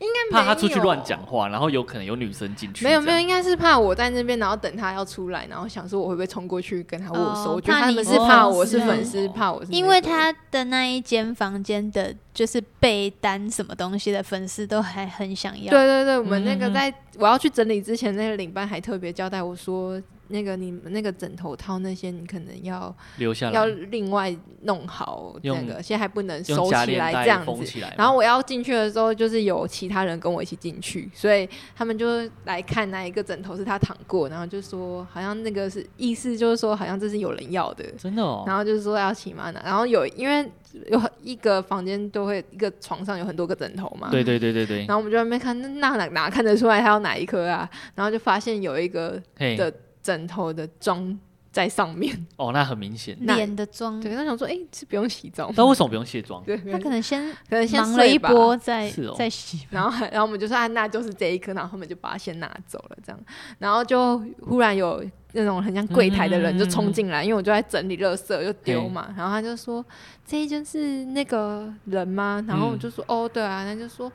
[SPEAKER 3] 应该
[SPEAKER 2] 怕
[SPEAKER 3] 没
[SPEAKER 2] 他出去
[SPEAKER 3] 有
[SPEAKER 2] 乱讲，话，然后有可能有女生进去。
[SPEAKER 3] 没有
[SPEAKER 2] 这
[SPEAKER 3] 没有，
[SPEAKER 2] 样，
[SPEAKER 3] 应该是怕我在那边，然后等他要出来，然后想说我会不会冲过去跟他握
[SPEAKER 1] 哦
[SPEAKER 3] 手？我觉得
[SPEAKER 1] 怕
[SPEAKER 3] 他
[SPEAKER 1] 你
[SPEAKER 3] 们
[SPEAKER 1] 是
[SPEAKER 3] 是怕
[SPEAKER 1] 粉
[SPEAKER 3] 我
[SPEAKER 1] 丝
[SPEAKER 3] 是粉
[SPEAKER 1] 哦
[SPEAKER 3] 丝，怕我是那
[SPEAKER 1] 因为
[SPEAKER 3] 个
[SPEAKER 1] 他的那一间房间的，就是被单什么东西的粉丝都还很想要。
[SPEAKER 3] 对对对，我们那
[SPEAKER 2] 嗯
[SPEAKER 3] 个
[SPEAKER 2] 嗯嗯
[SPEAKER 3] 在我要去整理之前，那个领班还特别交代我说，那个你那个枕头套那些，你可能要
[SPEAKER 2] 留下
[SPEAKER 3] 要
[SPEAKER 2] 来，
[SPEAKER 3] 另外弄好，那
[SPEAKER 2] 用
[SPEAKER 3] 个现在还不能收
[SPEAKER 2] 用假
[SPEAKER 3] 起
[SPEAKER 2] 链
[SPEAKER 3] 来
[SPEAKER 2] 带
[SPEAKER 3] 这样
[SPEAKER 2] 封
[SPEAKER 3] 子。
[SPEAKER 2] 起来嘛。
[SPEAKER 3] 然后我要进去的时候，就是有其他人跟我一起进去，所以他们就来看哪一个枕头是他躺过，然后就说好像那个是意思就是说好像这是有人要的，
[SPEAKER 2] 真的哦，
[SPEAKER 3] 然后就是说要请妈拿，然后有因为有一个房间都会一个床上有很多个枕头嘛，
[SPEAKER 2] 对对对对对
[SPEAKER 3] 然，后我们就在那边看，那那哪哪看得出来他要哪一颗啊？然后就发现有一个
[SPEAKER 2] 嘿，
[SPEAKER 3] 的枕头的妆在上面，
[SPEAKER 2] 哦，那很明显。
[SPEAKER 3] 那
[SPEAKER 1] 脸的妆，
[SPEAKER 3] 对，他想说，哎、是不用洗澡吗？
[SPEAKER 2] 但为什么不用卸妆？
[SPEAKER 3] 对，
[SPEAKER 1] 嗯他可能先
[SPEAKER 3] 可能先
[SPEAKER 1] 忙了一
[SPEAKER 3] 睡吧
[SPEAKER 1] 波再
[SPEAKER 2] 是哦
[SPEAKER 1] 再洗。
[SPEAKER 3] 然后然后我们就说啊，那就是这一颗，然后他们就把它先拿走了，这样，然后就忽然有那种很像柜台的人就冲进来，因为我就在整理垃圾就丢嘛，然后他就说这一间是那个人吗？然后我就说、哦，对啊，那就说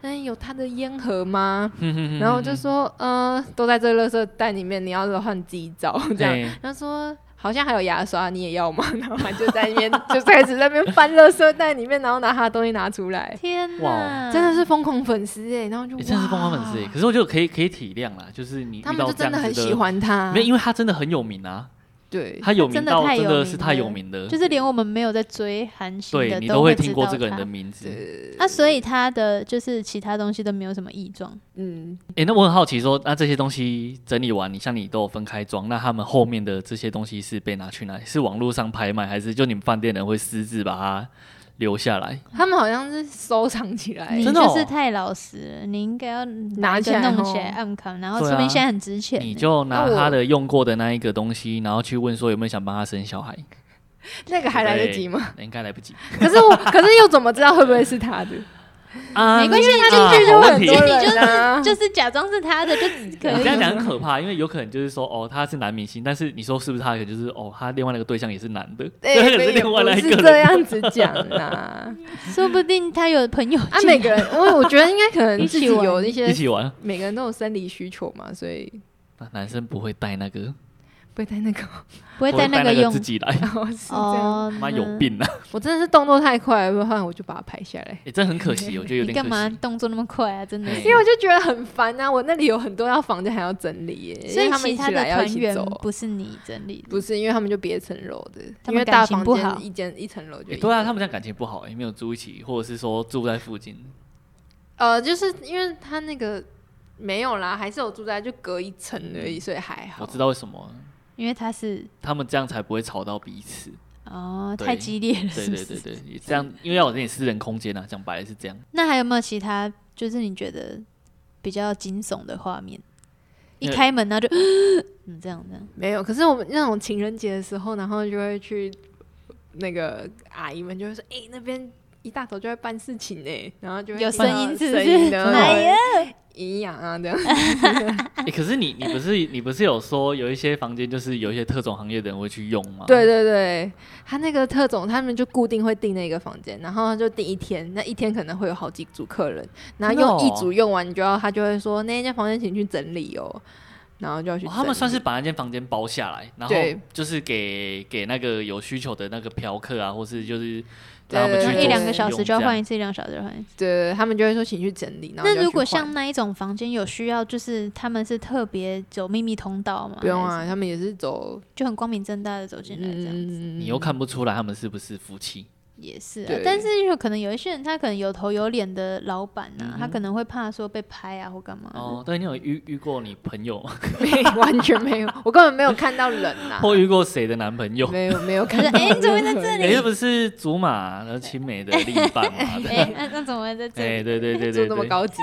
[SPEAKER 3] 嗯，有他的烟盒吗？然后我就说嗯，都在这垃圾袋里面，你要的话你自己找这样。
[SPEAKER 2] 对，
[SPEAKER 3] 他说好像还有牙刷，你也要吗？ 然后他就在那边就开始在那边翻垃圾袋里面，然后拿他的东西拿出来。
[SPEAKER 1] 天
[SPEAKER 2] 哇
[SPEAKER 1] 哪，
[SPEAKER 2] 哦
[SPEAKER 3] 真的是疯狂粉丝哎、然后就、
[SPEAKER 2] 欸诶真的是疯狂粉丝诶。
[SPEAKER 3] 哇
[SPEAKER 2] 可是我觉得可以可以体谅啦，就是你遇
[SPEAKER 3] 他们
[SPEAKER 2] 到
[SPEAKER 3] 就
[SPEAKER 2] 这
[SPEAKER 3] 真
[SPEAKER 2] 样
[SPEAKER 3] 的很
[SPEAKER 2] 子
[SPEAKER 3] 喜，欢啊他，
[SPEAKER 2] 没有，因为他真的很有名啊，
[SPEAKER 3] 对，
[SPEAKER 2] 他有
[SPEAKER 1] 真
[SPEAKER 2] 名
[SPEAKER 1] 的
[SPEAKER 2] 到
[SPEAKER 1] 太
[SPEAKER 2] 真
[SPEAKER 1] 有
[SPEAKER 2] 的
[SPEAKER 1] 名
[SPEAKER 2] 是太有
[SPEAKER 1] 了
[SPEAKER 2] 名的，
[SPEAKER 1] 就是连我们没有在追韩星
[SPEAKER 2] 对
[SPEAKER 1] 的
[SPEAKER 2] 你
[SPEAKER 1] 都
[SPEAKER 2] 会
[SPEAKER 1] 知
[SPEAKER 2] 听过
[SPEAKER 1] 道
[SPEAKER 2] 这个人
[SPEAKER 1] 他
[SPEAKER 2] 的名字。
[SPEAKER 1] 啊，所以他的就是其他东西都没有什么异状。
[SPEAKER 3] 嗯，
[SPEAKER 2] 诶，那我很好奇说，啊那这些东西整理完，你像你都有分开装，那他们后面的这些东西是被拿去哪里？是网络上拍卖，还是就你们饭店人会私自把它留下来？
[SPEAKER 3] 他们好像是收藏起来
[SPEAKER 1] 你，
[SPEAKER 2] 真的
[SPEAKER 1] 就是
[SPEAKER 2] 哦
[SPEAKER 1] 太老实了，你应该要
[SPEAKER 3] 哎拿
[SPEAKER 1] 一
[SPEAKER 3] 起
[SPEAKER 1] 个
[SPEAKER 3] 来
[SPEAKER 1] 弄
[SPEAKER 3] 吼
[SPEAKER 1] 起来暗扛，然后
[SPEAKER 2] 对
[SPEAKER 1] 说明
[SPEAKER 2] 啊
[SPEAKER 1] 现在很值钱呢。
[SPEAKER 2] 你就拿
[SPEAKER 3] 那我
[SPEAKER 2] 他的用过的那一个东西，然后去问说有没有想帮他生小孩，
[SPEAKER 3] 那个还来得及吗？
[SPEAKER 2] 那应该来不及
[SPEAKER 3] 可是我，可是又怎么知道会不会是他的？
[SPEAKER 2] 啊
[SPEAKER 1] 没关系，
[SPEAKER 2] 那
[SPEAKER 1] 他
[SPEAKER 2] 个
[SPEAKER 1] 进去就
[SPEAKER 2] 好
[SPEAKER 1] 会
[SPEAKER 2] 问
[SPEAKER 1] 很
[SPEAKER 2] 题
[SPEAKER 1] 多
[SPEAKER 3] 你就
[SPEAKER 1] 人啊，
[SPEAKER 3] 是
[SPEAKER 1] 就是假装是他的 就可
[SPEAKER 2] 你
[SPEAKER 1] 以
[SPEAKER 2] 这样
[SPEAKER 1] 了。
[SPEAKER 2] 讲很可怕，因为有可能就是说，哦，他是男明星，但是你说是不是他，可能就是哦，他另外那个对象也是男的，
[SPEAKER 3] 哎
[SPEAKER 2] 对，可能
[SPEAKER 3] 没
[SPEAKER 2] 是
[SPEAKER 3] 有
[SPEAKER 2] 另外那一
[SPEAKER 3] 不
[SPEAKER 2] 个人。
[SPEAKER 3] 是这样子讲 啦。
[SPEAKER 1] 说不定他有朋友
[SPEAKER 3] 啊，
[SPEAKER 1] 进
[SPEAKER 3] 每
[SPEAKER 1] 来
[SPEAKER 3] 个人，我我觉得应该可能
[SPEAKER 1] 一
[SPEAKER 3] 自
[SPEAKER 1] 起
[SPEAKER 3] 己
[SPEAKER 1] 玩
[SPEAKER 3] 有一
[SPEAKER 2] 一
[SPEAKER 3] 些，
[SPEAKER 2] 起玩，
[SPEAKER 3] 每个人都有生理需求嘛，所以
[SPEAKER 2] 那男生不会带那个，
[SPEAKER 3] 不会带那个，
[SPEAKER 1] 不
[SPEAKER 2] 不
[SPEAKER 1] 会带
[SPEAKER 2] 带
[SPEAKER 1] 个
[SPEAKER 2] 个
[SPEAKER 1] 用
[SPEAKER 2] 自己来，
[SPEAKER 3] 然后是这样。
[SPEAKER 1] 哦，
[SPEAKER 2] 妈
[SPEAKER 1] 那
[SPEAKER 2] 有病啊！
[SPEAKER 3] 我真的是动作太快了，不然我就把它拍下来。
[SPEAKER 2] 哎，真的很可惜，我觉得有
[SPEAKER 1] 你
[SPEAKER 2] 点
[SPEAKER 1] 干嘛
[SPEAKER 2] 可惜。
[SPEAKER 1] 动作那么快啊？真的
[SPEAKER 2] 嘿
[SPEAKER 1] 是，
[SPEAKER 3] 因为我就觉得很烦啊，我那里有很多要房间还要整理耶，因
[SPEAKER 1] 所
[SPEAKER 3] 为
[SPEAKER 1] 以
[SPEAKER 3] 他们
[SPEAKER 1] 其
[SPEAKER 3] 一
[SPEAKER 1] 他
[SPEAKER 3] 起
[SPEAKER 1] 的
[SPEAKER 3] 来要一
[SPEAKER 1] 团
[SPEAKER 3] 起
[SPEAKER 1] 员
[SPEAKER 3] 走啊，
[SPEAKER 1] 不是你整理的，
[SPEAKER 3] 不是，因为他们就别层楼的，
[SPEAKER 1] 他
[SPEAKER 3] 因
[SPEAKER 1] 们
[SPEAKER 3] 为大
[SPEAKER 1] 感情
[SPEAKER 3] 房
[SPEAKER 1] 不
[SPEAKER 3] 间
[SPEAKER 1] 好
[SPEAKER 3] 一间一层楼就
[SPEAKER 2] 诶
[SPEAKER 3] 一
[SPEAKER 2] 对啊，
[SPEAKER 3] 个
[SPEAKER 2] 他们这样感情不好，哎，没有住一起，或者是说住在附近，
[SPEAKER 3] 呃，就是因为他那个没有啦，还是有住在就隔一层而已，所以还好。
[SPEAKER 2] 我知道为什么
[SPEAKER 1] 因为他是
[SPEAKER 2] 他们这样才不会吵到彼此。
[SPEAKER 1] 哦
[SPEAKER 2] 对
[SPEAKER 1] 太激烈了，
[SPEAKER 2] 对
[SPEAKER 1] 是不
[SPEAKER 2] 对
[SPEAKER 1] 是
[SPEAKER 2] 对对，这样因为要有点私人空间啊，讲白了是这样。
[SPEAKER 1] 那还有没有其他就是你觉得比较惊悚的画面？一
[SPEAKER 2] 对
[SPEAKER 1] 开门 然后就嗯这样这样，
[SPEAKER 3] 没有，可是我们那种情人节的时候，然后就会去那个阿姨们就会说：“哎、那边一大早就会办事情呢、然后就会
[SPEAKER 1] 有
[SPEAKER 3] 听到
[SPEAKER 1] 声音是不是
[SPEAKER 3] 声音的
[SPEAKER 1] 哎呀
[SPEAKER 3] 营养啊这样。
[SPEAKER 2] 欸可是你你不是你不是有说有一些房间就是有一些特种行业的人会去用吗？
[SPEAKER 3] 对对对，他那个特种，他们就固定会订那个房间，然后就订一天，那一天可能会有好几组客人，然后
[SPEAKER 2] 真的
[SPEAKER 3] 用
[SPEAKER 2] 哦
[SPEAKER 3] 一组用完，你就要他就会说那一间房间请去整理哦，然后就要去
[SPEAKER 2] 哦
[SPEAKER 3] 整理、
[SPEAKER 2] 他们算是把那间房间包下来，然后
[SPEAKER 3] 对
[SPEAKER 2] 就是给给那个有需求的那个嫖客啊，或是就是
[SPEAKER 3] 对
[SPEAKER 2] 让他们去
[SPEAKER 3] 对
[SPEAKER 1] 就
[SPEAKER 2] 做
[SPEAKER 3] 对
[SPEAKER 1] 一两
[SPEAKER 2] 使
[SPEAKER 1] 个小
[SPEAKER 2] 用
[SPEAKER 1] 时就要
[SPEAKER 2] 这样
[SPEAKER 1] 换一次，一两个小时就要换一次。
[SPEAKER 3] 对对对他们就会说请去整理，然后就
[SPEAKER 1] 那
[SPEAKER 3] 要
[SPEAKER 1] 如果
[SPEAKER 3] 去换
[SPEAKER 1] 像那一种房间有需要，就是他们是特别走秘密通道吗？
[SPEAKER 3] 不用
[SPEAKER 1] 还
[SPEAKER 3] 啊，
[SPEAKER 1] 是，
[SPEAKER 3] 他们也是走
[SPEAKER 1] 就很光明正大的走进来这样。
[SPEAKER 3] 嗯
[SPEAKER 2] 你又看不出来他们是不是夫妻。
[SPEAKER 1] 也是啊
[SPEAKER 3] 对，
[SPEAKER 1] 但是有可能有一些人，他可能有头有脸的老板呐、
[SPEAKER 2] 嗯哼
[SPEAKER 1] 他可能会怕说被拍啊或干嘛的。
[SPEAKER 2] 哦，对你有遇遇过你朋友吗，
[SPEAKER 3] 没完全没有，我根本没有看到人呐、
[SPEAKER 2] 或遇过谁的男朋友？
[SPEAKER 3] 没有没有看
[SPEAKER 1] 可是
[SPEAKER 3] 到
[SPEAKER 1] 哎，
[SPEAKER 3] 任
[SPEAKER 1] 你怎么
[SPEAKER 3] 何人，
[SPEAKER 1] 会在 这
[SPEAKER 2] 哎，
[SPEAKER 1] 里
[SPEAKER 2] 这？不是竹马和青梅的另一半嘛？对
[SPEAKER 1] 哎，那那怎么会在这
[SPEAKER 2] 哎，
[SPEAKER 1] 里？
[SPEAKER 2] 对对对
[SPEAKER 3] 做
[SPEAKER 2] 对
[SPEAKER 3] 那么
[SPEAKER 2] 对，
[SPEAKER 3] 高级？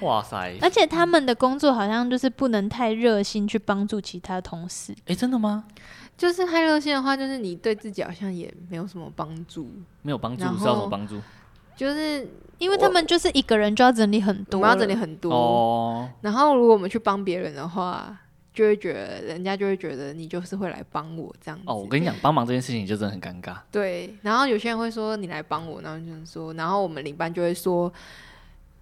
[SPEAKER 2] 哇塞！
[SPEAKER 1] 而且他们的工作好像就是不能太热心去帮助其他同事，
[SPEAKER 2] 哎，真的吗？
[SPEAKER 3] 就是太热心的话，就是你对自己好像也没有什么帮助，
[SPEAKER 2] 没有帮助，
[SPEAKER 3] 然
[SPEAKER 2] 是要什么
[SPEAKER 3] 后
[SPEAKER 2] 帮助？
[SPEAKER 3] 就是
[SPEAKER 1] 因为他们就是一个人就要整理很
[SPEAKER 3] 我
[SPEAKER 1] 多，
[SPEAKER 3] 们要整理。很多。
[SPEAKER 2] 哦，
[SPEAKER 3] 然后如果我们去帮别人的话，就会觉得人家就会觉得你就是会来帮我这样子。
[SPEAKER 2] 哦，我跟你讲，帮忙这件事情就真的很尴尬。
[SPEAKER 3] 对，然后有些人会说你来帮我，然后就是说，然后我们领班就会说。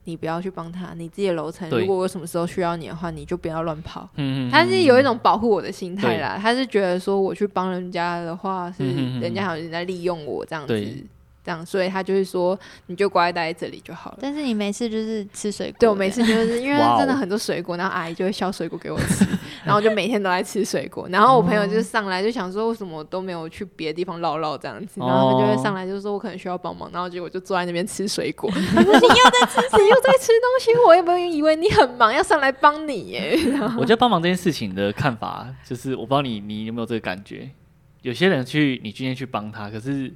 [SPEAKER 3] 你不要去帮他，你自己的楼层。
[SPEAKER 2] 对
[SPEAKER 3] 如果我什么时候需要你的话，你就不要乱跑。
[SPEAKER 2] 嗯，
[SPEAKER 3] 他是有一种保护我的心态啦，他是觉得说我去帮人家的话，是
[SPEAKER 2] 嗯哼哼
[SPEAKER 3] 人家好像人在利用我这样子
[SPEAKER 2] 对，
[SPEAKER 3] 这样，所以他就是说你就乖待在这里就好了。
[SPEAKER 1] 但是你没事就是吃水果，
[SPEAKER 3] 对我每次就是因为
[SPEAKER 2] 哇哦
[SPEAKER 3] 真的很多水果，然后阿姨就会削水果给我吃，然后我就每天都在吃水果。然后我朋友
[SPEAKER 2] 哦
[SPEAKER 3] 就是上来就想说，为什么我都没有去别的地方绕绕这样子，然后他们就会上
[SPEAKER 2] 哦
[SPEAKER 3] 来就说我可能需要帮忙，然后结果就坐在那边吃水 果。他说你又在吃，你又在吃东西，我也不以为你很忙要上来帮你耶。
[SPEAKER 2] 我觉得帮忙这件事情的看法，就是我不知道你你有没有这个感觉，有些人去你今天去帮他，可是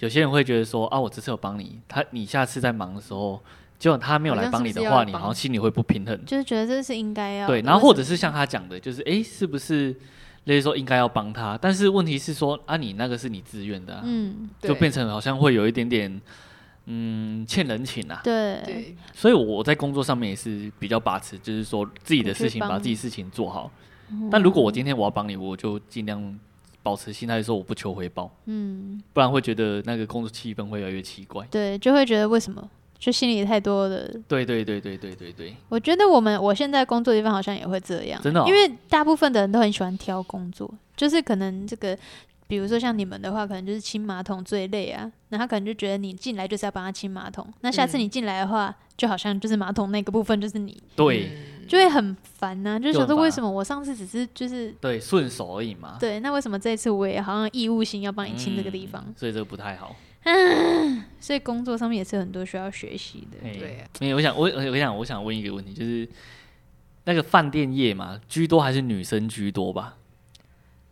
[SPEAKER 2] 有些人会觉得说啊，我这次有帮你，他你下次在忙的时候，结果他没有来帮你的
[SPEAKER 3] 好像
[SPEAKER 2] 话，
[SPEAKER 3] 是不
[SPEAKER 2] 你
[SPEAKER 3] 是要来帮
[SPEAKER 2] 好像心里会不平衡。
[SPEAKER 1] 就是觉得这是应该要的
[SPEAKER 2] 对，然后或者是像他讲的，就是诶，是不是类似说应该要帮他？但是问题是说啊，你那个是你自愿的、啊，
[SPEAKER 1] 嗯，
[SPEAKER 2] 就变
[SPEAKER 3] 成
[SPEAKER 2] 成好像会有一点点嗯欠人情啊。
[SPEAKER 1] 对，
[SPEAKER 3] 对
[SPEAKER 2] 所以我在工作上面也是比较把持，就是说自己的事情
[SPEAKER 1] 不去帮
[SPEAKER 2] 把自己事情做好。但如果我今天我要帮你，我就尽量保持心态，说我不求回报，
[SPEAKER 1] 嗯，
[SPEAKER 2] 不然会觉得那个工作气氛会越来越奇怪。
[SPEAKER 1] 对，就会觉得为什么，就心里太多的
[SPEAKER 2] 对对对对对对对，
[SPEAKER 1] 我觉得我们我现在工作地方好像也会这样，
[SPEAKER 2] 真的哦
[SPEAKER 1] 因为大部分的人都很喜欢挑工作，就是可能这个，比如说像你们的话，可能就是清马桶最累啊，那他可能就觉得你进来就是要帮他清马桶，那下次
[SPEAKER 3] 嗯
[SPEAKER 1] 你进来的话，就好像就是马桶那个部分就是你，
[SPEAKER 2] 对、
[SPEAKER 3] 嗯
[SPEAKER 1] 就会很烦呐、就
[SPEAKER 2] 就
[SPEAKER 1] 想
[SPEAKER 2] 很
[SPEAKER 1] 说
[SPEAKER 2] 烦啊
[SPEAKER 1] 为什么我上次只是就是
[SPEAKER 2] 对，顺手而已
[SPEAKER 3] 啊
[SPEAKER 2] 嘛。
[SPEAKER 1] 对，那为什么这一次我也好像义务性要帮
[SPEAKER 2] 嗯，
[SPEAKER 1] 你清这个地方？
[SPEAKER 2] 所以这个不太好。
[SPEAKER 1] 所以工作上面也是很多需要学习的。
[SPEAKER 2] 哎
[SPEAKER 3] 对啊
[SPEAKER 2] 没有，我想我我想我想问一个问题，就是那个饭店业嘛，居多还是女生居多吧？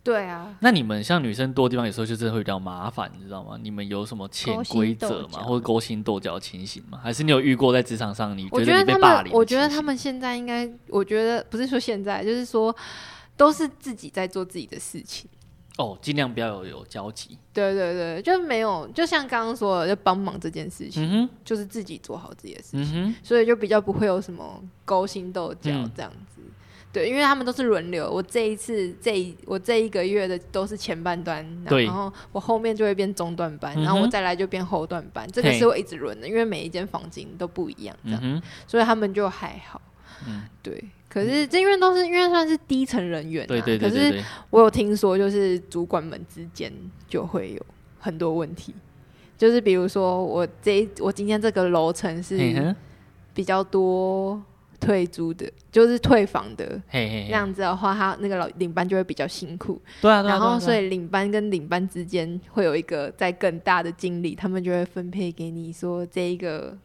[SPEAKER 3] 对啊，
[SPEAKER 2] 那你们像女生多的地方，有时候就真的会比较麻烦，你知道吗？你们有什么潜规则
[SPEAKER 1] 勾心斗角
[SPEAKER 2] 吗？或者勾心斗角的情形吗？还是你有遇过在职场上你
[SPEAKER 3] 我
[SPEAKER 2] 得
[SPEAKER 3] 得
[SPEAKER 2] 你被
[SPEAKER 3] 他
[SPEAKER 2] 霸凌，的
[SPEAKER 3] 们
[SPEAKER 2] 情形？
[SPEAKER 3] 我觉得他们现在应该，我觉得不是说现在，就是说都是自己在做自己的事情。
[SPEAKER 2] 哦，尽量不要有有交集。
[SPEAKER 3] 对对对，就没有，就像刚刚说的，就帮忙这件事情，
[SPEAKER 2] 嗯哼，
[SPEAKER 3] 就是自己做好自己的事情，
[SPEAKER 2] 嗯哼，
[SPEAKER 3] 所以就比较不会有什么勾心斗角
[SPEAKER 2] 嗯
[SPEAKER 3] 这样子。对，因为他们都是轮流，我这一次这一我这一个月的都是前半段，
[SPEAKER 2] 对
[SPEAKER 3] 然后我后面就会变中段班，
[SPEAKER 2] 嗯哼
[SPEAKER 3] 然后我再来就变后段班，这个
[SPEAKER 2] 嘿
[SPEAKER 3] 是会一直轮的，因为每一间房间都不一样这样
[SPEAKER 2] 嗯。哼，
[SPEAKER 3] 所以他们就还好。
[SPEAKER 2] 嗯
[SPEAKER 3] 对。可是这因为都是因为算是低层人员、啊，
[SPEAKER 2] 对对对
[SPEAKER 3] 可
[SPEAKER 2] 对
[SPEAKER 3] 是
[SPEAKER 2] 对，
[SPEAKER 3] 我有听说，就是主管们之间就会有很多问题，就是比如说我这一我今天这个楼层
[SPEAKER 2] 嘿
[SPEAKER 3] 是
[SPEAKER 2] 哼，
[SPEAKER 3] 比较多退租的，就是退房的。
[SPEAKER 2] 嘿嘿
[SPEAKER 3] 那
[SPEAKER 2] 嘿，
[SPEAKER 3] 样子的话，他那个老领班就会比较辛苦，
[SPEAKER 2] 对啊对啊，
[SPEAKER 3] 然
[SPEAKER 2] 对啊
[SPEAKER 3] 后所，
[SPEAKER 2] 对啊
[SPEAKER 3] 以领班跟领班之间会有一个在更大的经理，他们就会分配给你说这一个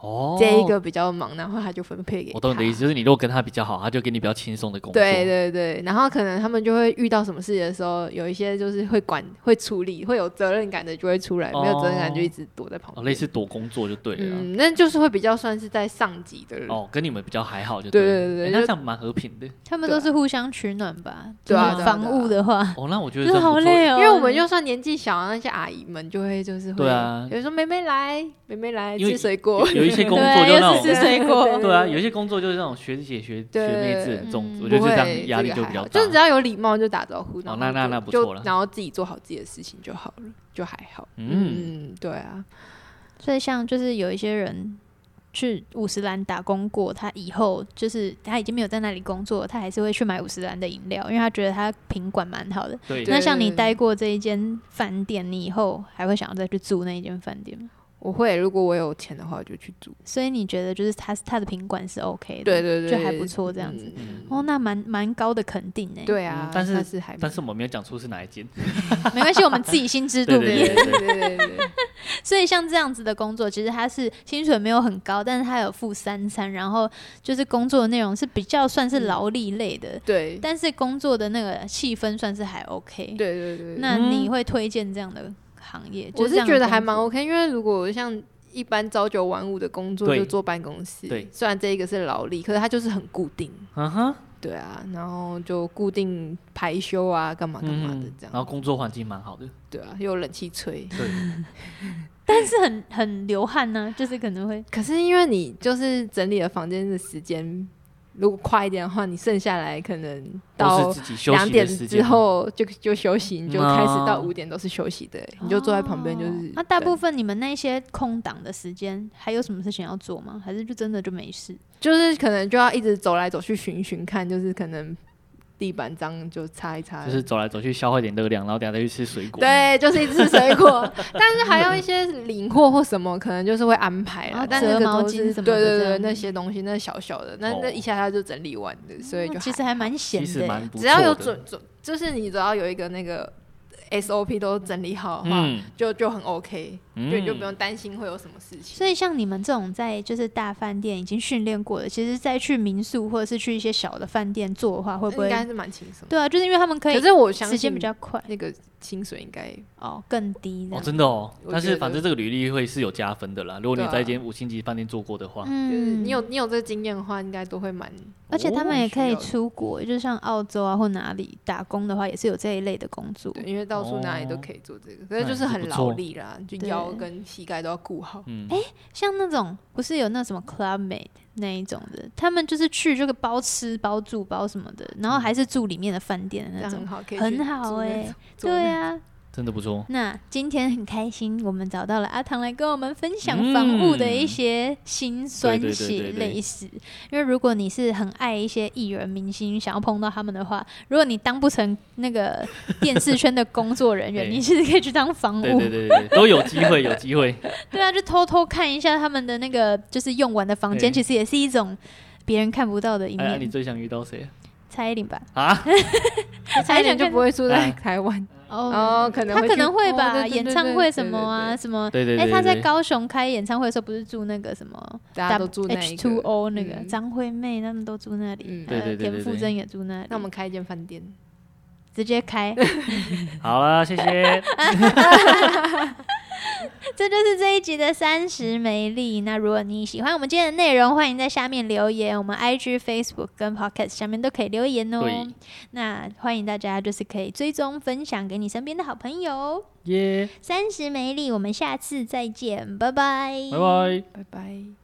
[SPEAKER 2] 哦，
[SPEAKER 3] 这一个比较忙，然后他就分配给
[SPEAKER 2] 我懂你的
[SPEAKER 3] 他
[SPEAKER 2] 意思，就是你如果跟他比较好，他就给你比较轻松的工作。
[SPEAKER 3] 对对对，然后可能他们就会遇到什么事的时候，有一些就是会管、会处理、会有责任感的就会出来，没有责任感就一直躲在旁
[SPEAKER 2] 哦，
[SPEAKER 3] 边。
[SPEAKER 2] 类似躲工作就对了啊。
[SPEAKER 3] 嗯，那就是会比较算是在上级的人。
[SPEAKER 2] 哦，跟你们比较还好就
[SPEAKER 3] 对
[SPEAKER 2] 了。
[SPEAKER 3] 对对
[SPEAKER 2] 诶
[SPEAKER 3] 对
[SPEAKER 2] 那
[SPEAKER 3] 就
[SPEAKER 2] 这样蛮和平的。
[SPEAKER 1] 他们
[SPEAKER 3] 对
[SPEAKER 1] 都
[SPEAKER 3] 啊
[SPEAKER 1] 是互相取暖吧？
[SPEAKER 3] 对啊
[SPEAKER 1] 就是
[SPEAKER 3] 对啊
[SPEAKER 1] 防
[SPEAKER 3] 对啊
[SPEAKER 1] 务的话，
[SPEAKER 2] 哦，那我觉
[SPEAKER 1] 真
[SPEAKER 2] 得这
[SPEAKER 1] 的
[SPEAKER 2] 样
[SPEAKER 1] 好
[SPEAKER 2] 不错
[SPEAKER 1] 累哦。
[SPEAKER 3] 因为我们就算年纪小，那些阿姨们就会就是会，
[SPEAKER 2] 对啊
[SPEAKER 3] 有时候妹妹来，妹妹来
[SPEAKER 2] 因为
[SPEAKER 3] 吃水果，
[SPEAKER 2] 有有一 些工作就
[SPEAKER 1] 对，
[SPEAKER 2] 那
[SPEAKER 1] 又
[SPEAKER 2] 种
[SPEAKER 1] 是吃水果，
[SPEAKER 2] 对啊，有一些工作就是那种学姐学学
[SPEAKER 3] 哦对
[SPEAKER 2] 妹制很重，
[SPEAKER 1] 嗯
[SPEAKER 2] 我
[SPEAKER 3] 不
[SPEAKER 2] 觉得就这
[SPEAKER 3] 会
[SPEAKER 2] 样压力
[SPEAKER 3] 这
[SPEAKER 2] 就
[SPEAKER 3] 个
[SPEAKER 2] 比
[SPEAKER 3] 还
[SPEAKER 2] 较
[SPEAKER 3] 好
[SPEAKER 2] 大。
[SPEAKER 3] 就是只要有礼貌就打招呼，然
[SPEAKER 2] 哦
[SPEAKER 3] 后
[SPEAKER 2] 那那
[SPEAKER 3] 就
[SPEAKER 2] 那不
[SPEAKER 3] 就
[SPEAKER 2] 错了
[SPEAKER 3] 然后自己做好自己的事情就好了，就还好。
[SPEAKER 2] 嗯，
[SPEAKER 3] 嗯，对啊，
[SPEAKER 1] 所以像就是有一些人去五十岚打工过，他以后就是他已经没有在那里工作，他还是会去买五十岚的饮料，因为他觉得他品管蛮好的。
[SPEAKER 2] 对，
[SPEAKER 1] 那像你
[SPEAKER 3] 对
[SPEAKER 1] 待过这一间饭店，你以后还会想要再去住那一间饭店吗？
[SPEAKER 3] 我会，如果我有钱的话，我就去住。
[SPEAKER 1] 所以你觉得就是他他的品管是 OK 的，
[SPEAKER 3] 对对对，
[SPEAKER 1] 就还不错这样子。
[SPEAKER 2] 嗯
[SPEAKER 1] 哦，那蛮蛮高的肯定欸呢、，
[SPEAKER 3] 对啊
[SPEAKER 2] 嗯，但是
[SPEAKER 3] 他是还蛮，
[SPEAKER 2] 但是我们没有讲出是哪一间。
[SPEAKER 1] 没关系，我们自己心知肚
[SPEAKER 2] 对
[SPEAKER 1] 明。
[SPEAKER 3] 对对对对对，
[SPEAKER 1] 所以像这样子的工作，其实它是薪水没有很高，但是它有付三餐，然后就是工作的内容是比较算是劳力类的，
[SPEAKER 3] 对
[SPEAKER 1] 但是工作的那个气氛算是还 OK。
[SPEAKER 3] 嗯对，对对，
[SPEAKER 1] 那你会推荐这样的行业？就
[SPEAKER 3] 我
[SPEAKER 1] 这
[SPEAKER 3] 是
[SPEAKER 1] 样的
[SPEAKER 3] 觉得还
[SPEAKER 1] 工
[SPEAKER 3] 蛮
[SPEAKER 1] 作
[SPEAKER 3] OK，因为如果像一般朝九晚五的工作
[SPEAKER 2] 对
[SPEAKER 3] 就坐办公室，
[SPEAKER 2] 对
[SPEAKER 3] 虽然这一个是劳力，可是它就是很固定，
[SPEAKER 2] 嗯哼，
[SPEAKER 3] 对啊，然后就固定排休啊，干嘛干嘛的
[SPEAKER 2] 嗯
[SPEAKER 3] 这样，
[SPEAKER 2] 然后工作环境蛮好的，
[SPEAKER 3] 对啊，又有冷气吹。
[SPEAKER 2] 对，
[SPEAKER 1] 但是很很流汗呢、就是可能会
[SPEAKER 3] 可是因为你就是整理了房间的时间，如果快一点的话，你剩下来可能
[SPEAKER 2] 都
[SPEAKER 3] 到
[SPEAKER 2] 是自己休
[SPEAKER 3] 两
[SPEAKER 2] 息的
[SPEAKER 3] 点
[SPEAKER 2] 时
[SPEAKER 3] 之
[SPEAKER 2] 间。
[SPEAKER 3] 后就就休息，你就
[SPEAKER 2] 嗯
[SPEAKER 3] 开始到五点都是休息的，你就坐在旁边就是
[SPEAKER 1] 哦
[SPEAKER 3] 等。
[SPEAKER 1] 那大部分你们那些空档的时间，还有什么事情要做吗？还是就真的就没事？
[SPEAKER 3] 就是可能就要一直走来走去寻寻看，就是可能地板脏就擦一擦，
[SPEAKER 2] 就是走来走去消耗一点热量，然后等下再去吃水果。
[SPEAKER 3] 对，就是一直吃水果， 但是还有一些领货或什么，可能就是会安排
[SPEAKER 1] 啊
[SPEAKER 3] 啦，但那个
[SPEAKER 1] 折毛
[SPEAKER 3] 都是
[SPEAKER 1] 巾什么的
[SPEAKER 3] 对对
[SPEAKER 1] 这
[SPEAKER 3] 对，
[SPEAKER 1] 样
[SPEAKER 3] 那些东西那小小的，那
[SPEAKER 2] 哦
[SPEAKER 3] 那一下下就整理完的，所以就
[SPEAKER 1] 那其
[SPEAKER 3] 还
[SPEAKER 1] 实还蛮闲
[SPEAKER 2] 其实
[SPEAKER 1] 的
[SPEAKER 2] 蛮
[SPEAKER 1] 欸。
[SPEAKER 2] 不错的。
[SPEAKER 3] 只要有准准，就是你只要有一个那个 SOP 都整理好的话，
[SPEAKER 2] 嗯，
[SPEAKER 3] 就就很 OK，
[SPEAKER 2] 嗯
[SPEAKER 3] 就你就不用担心会有什么事情。
[SPEAKER 1] 所以像你们这种在就是大饭店已经训练过的，其实再去民宿或者是去一些小的饭店做的话，会不
[SPEAKER 3] 应该
[SPEAKER 1] 会？
[SPEAKER 3] 是蛮轻松的。
[SPEAKER 1] 对啊，就是因为他们可
[SPEAKER 3] 可
[SPEAKER 1] 以
[SPEAKER 3] 是我相
[SPEAKER 1] 时间
[SPEAKER 3] 信
[SPEAKER 1] 比较快
[SPEAKER 3] 那个薪水应该
[SPEAKER 1] 哦，更低这
[SPEAKER 2] 哦，
[SPEAKER 1] 样。
[SPEAKER 2] 真的哦。
[SPEAKER 3] 我
[SPEAKER 2] 但
[SPEAKER 3] 觉
[SPEAKER 2] 是
[SPEAKER 3] 得
[SPEAKER 2] 反正这个履历会是有加分的啦。如果你
[SPEAKER 3] 对啊
[SPEAKER 2] 在一间五星级饭店做过的话，
[SPEAKER 3] 就是
[SPEAKER 1] 嗯
[SPEAKER 3] 你有你有这个经验的话，应该都会蛮
[SPEAKER 1] 而且他们也可以
[SPEAKER 3] 哦需要
[SPEAKER 1] 出国，就是像澳洲啊或哪里打工的话，也是有这一类的工作。
[SPEAKER 3] 对，因为到处哪里都可以做这个，可是哦就是很劳力啦，就腰跟膝盖都要顾好。
[SPEAKER 2] 嗯，
[SPEAKER 1] 像那种不是有那什么 clubmate 那一种的，他们就是去这个包吃包住包什么的，然后还是住里面的饭店的
[SPEAKER 3] 这
[SPEAKER 1] 那
[SPEAKER 3] 样
[SPEAKER 1] 种
[SPEAKER 3] 很，好，可以去
[SPEAKER 1] 很好
[SPEAKER 3] 做那
[SPEAKER 1] 哎、
[SPEAKER 3] 种做
[SPEAKER 1] 对
[SPEAKER 3] 那
[SPEAKER 1] 啊，
[SPEAKER 2] 真的不错。
[SPEAKER 1] 那今天很开心，我们找到了阿唐来跟我们分享房屋的一些辛酸血泪史。因为如果你是很爱一些艺人明星，想要碰到他们的话，如果你当不成那个电视圈的工作人员，
[SPEAKER 2] 对
[SPEAKER 1] 你其实可以去当
[SPEAKER 3] 嗯
[SPEAKER 1] 房
[SPEAKER 2] 对
[SPEAKER 1] 务
[SPEAKER 2] 对。对对，对都有机会，有机 会。
[SPEAKER 1] 对啊，就偷偷看一下他们的那个就是用完的房间，其
[SPEAKER 2] 对
[SPEAKER 1] 实也是一种别人看不到的一
[SPEAKER 2] 哎，啊你
[SPEAKER 1] 面。
[SPEAKER 2] 最想遇到谁
[SPEAKER 1] 蔡依林 吧，
[SPEAKER 2] 啊？
[SPEAKER 3] 种差一点就不会输在
[SPEAKER 2] 嗯
[SPEAKER 3] 台湾
[SPEAKER 1] 哦。
[SPEAKER 3] 哦，可能
[SPEAKER 1] 他可
[SPEAKER 3] 去
[SPEAKER 1] 能会
[SPEAKER 3] 哦
[SPEAKER 1] 吧，
[SPEAKER 3] 对对对
[SPEAKER 1] 演唱
[SPEAKER 3] 对
[SPEAKER 1] 会
[SPEAKER 3] 对
[SPEAKER 1] 什么
[SPEAKER 3] 对
[SPEAKER 1] 啊，
[SPEAKER 3] 对
[SPEAKER 1] 什么？
[SPEAKER 2] 对对
[SPEAKER 1] 哎，
[SPEAKER 2] 对，
[SPEAKER 1] 他
[SPEAKER 2] 对
[SPEAKER 1] 在
[SPEAKER 2] 对
[SPEAKER 1] 高雄开演唱会的时候，不是住那个什么啊
[SPEAKER 3] 大家都住那一
[SPEAKER 1] H Two
[SPEAKER 3] 个。
[SPEAKER 1] O 那个
[SPEAKER 3] 嗯
[SPEAKER 1] 张惠妹，他们都住那里
[SPEAKER 3] 嗯，
[SPEAKER 1] 还有
[SPEAKER 2] 对对对对
[SPEAKER 1] 田馥
[SPEAKER 2] 对
[SPEAKER 1] 甄也住那里。
[SPEAKER 3] 那我们开一间饭店，
[SPEAKER 1] 直接开，
[SPEAKER 2] 好啦，谢谢。
[SPEAKER 1] 这就是这一集的三十美丽。那如果你喜欢我们今天的内容，欢迎在下面留言，我们 IG、Facebook 跟 Podcast 下面都可以留言哦
[SPEAKER 2] 对。
[SPEAKER 1] 那欢迎大家就是可以追踪分享给你身边的好朋友。
[SPEAKER 2] 耶，
[SPEAKER 1] 三十美丽，我们下次再见，拜拜，
[SPEAKER 2] 拜拜。
[SPEAKER 3] 拜拜。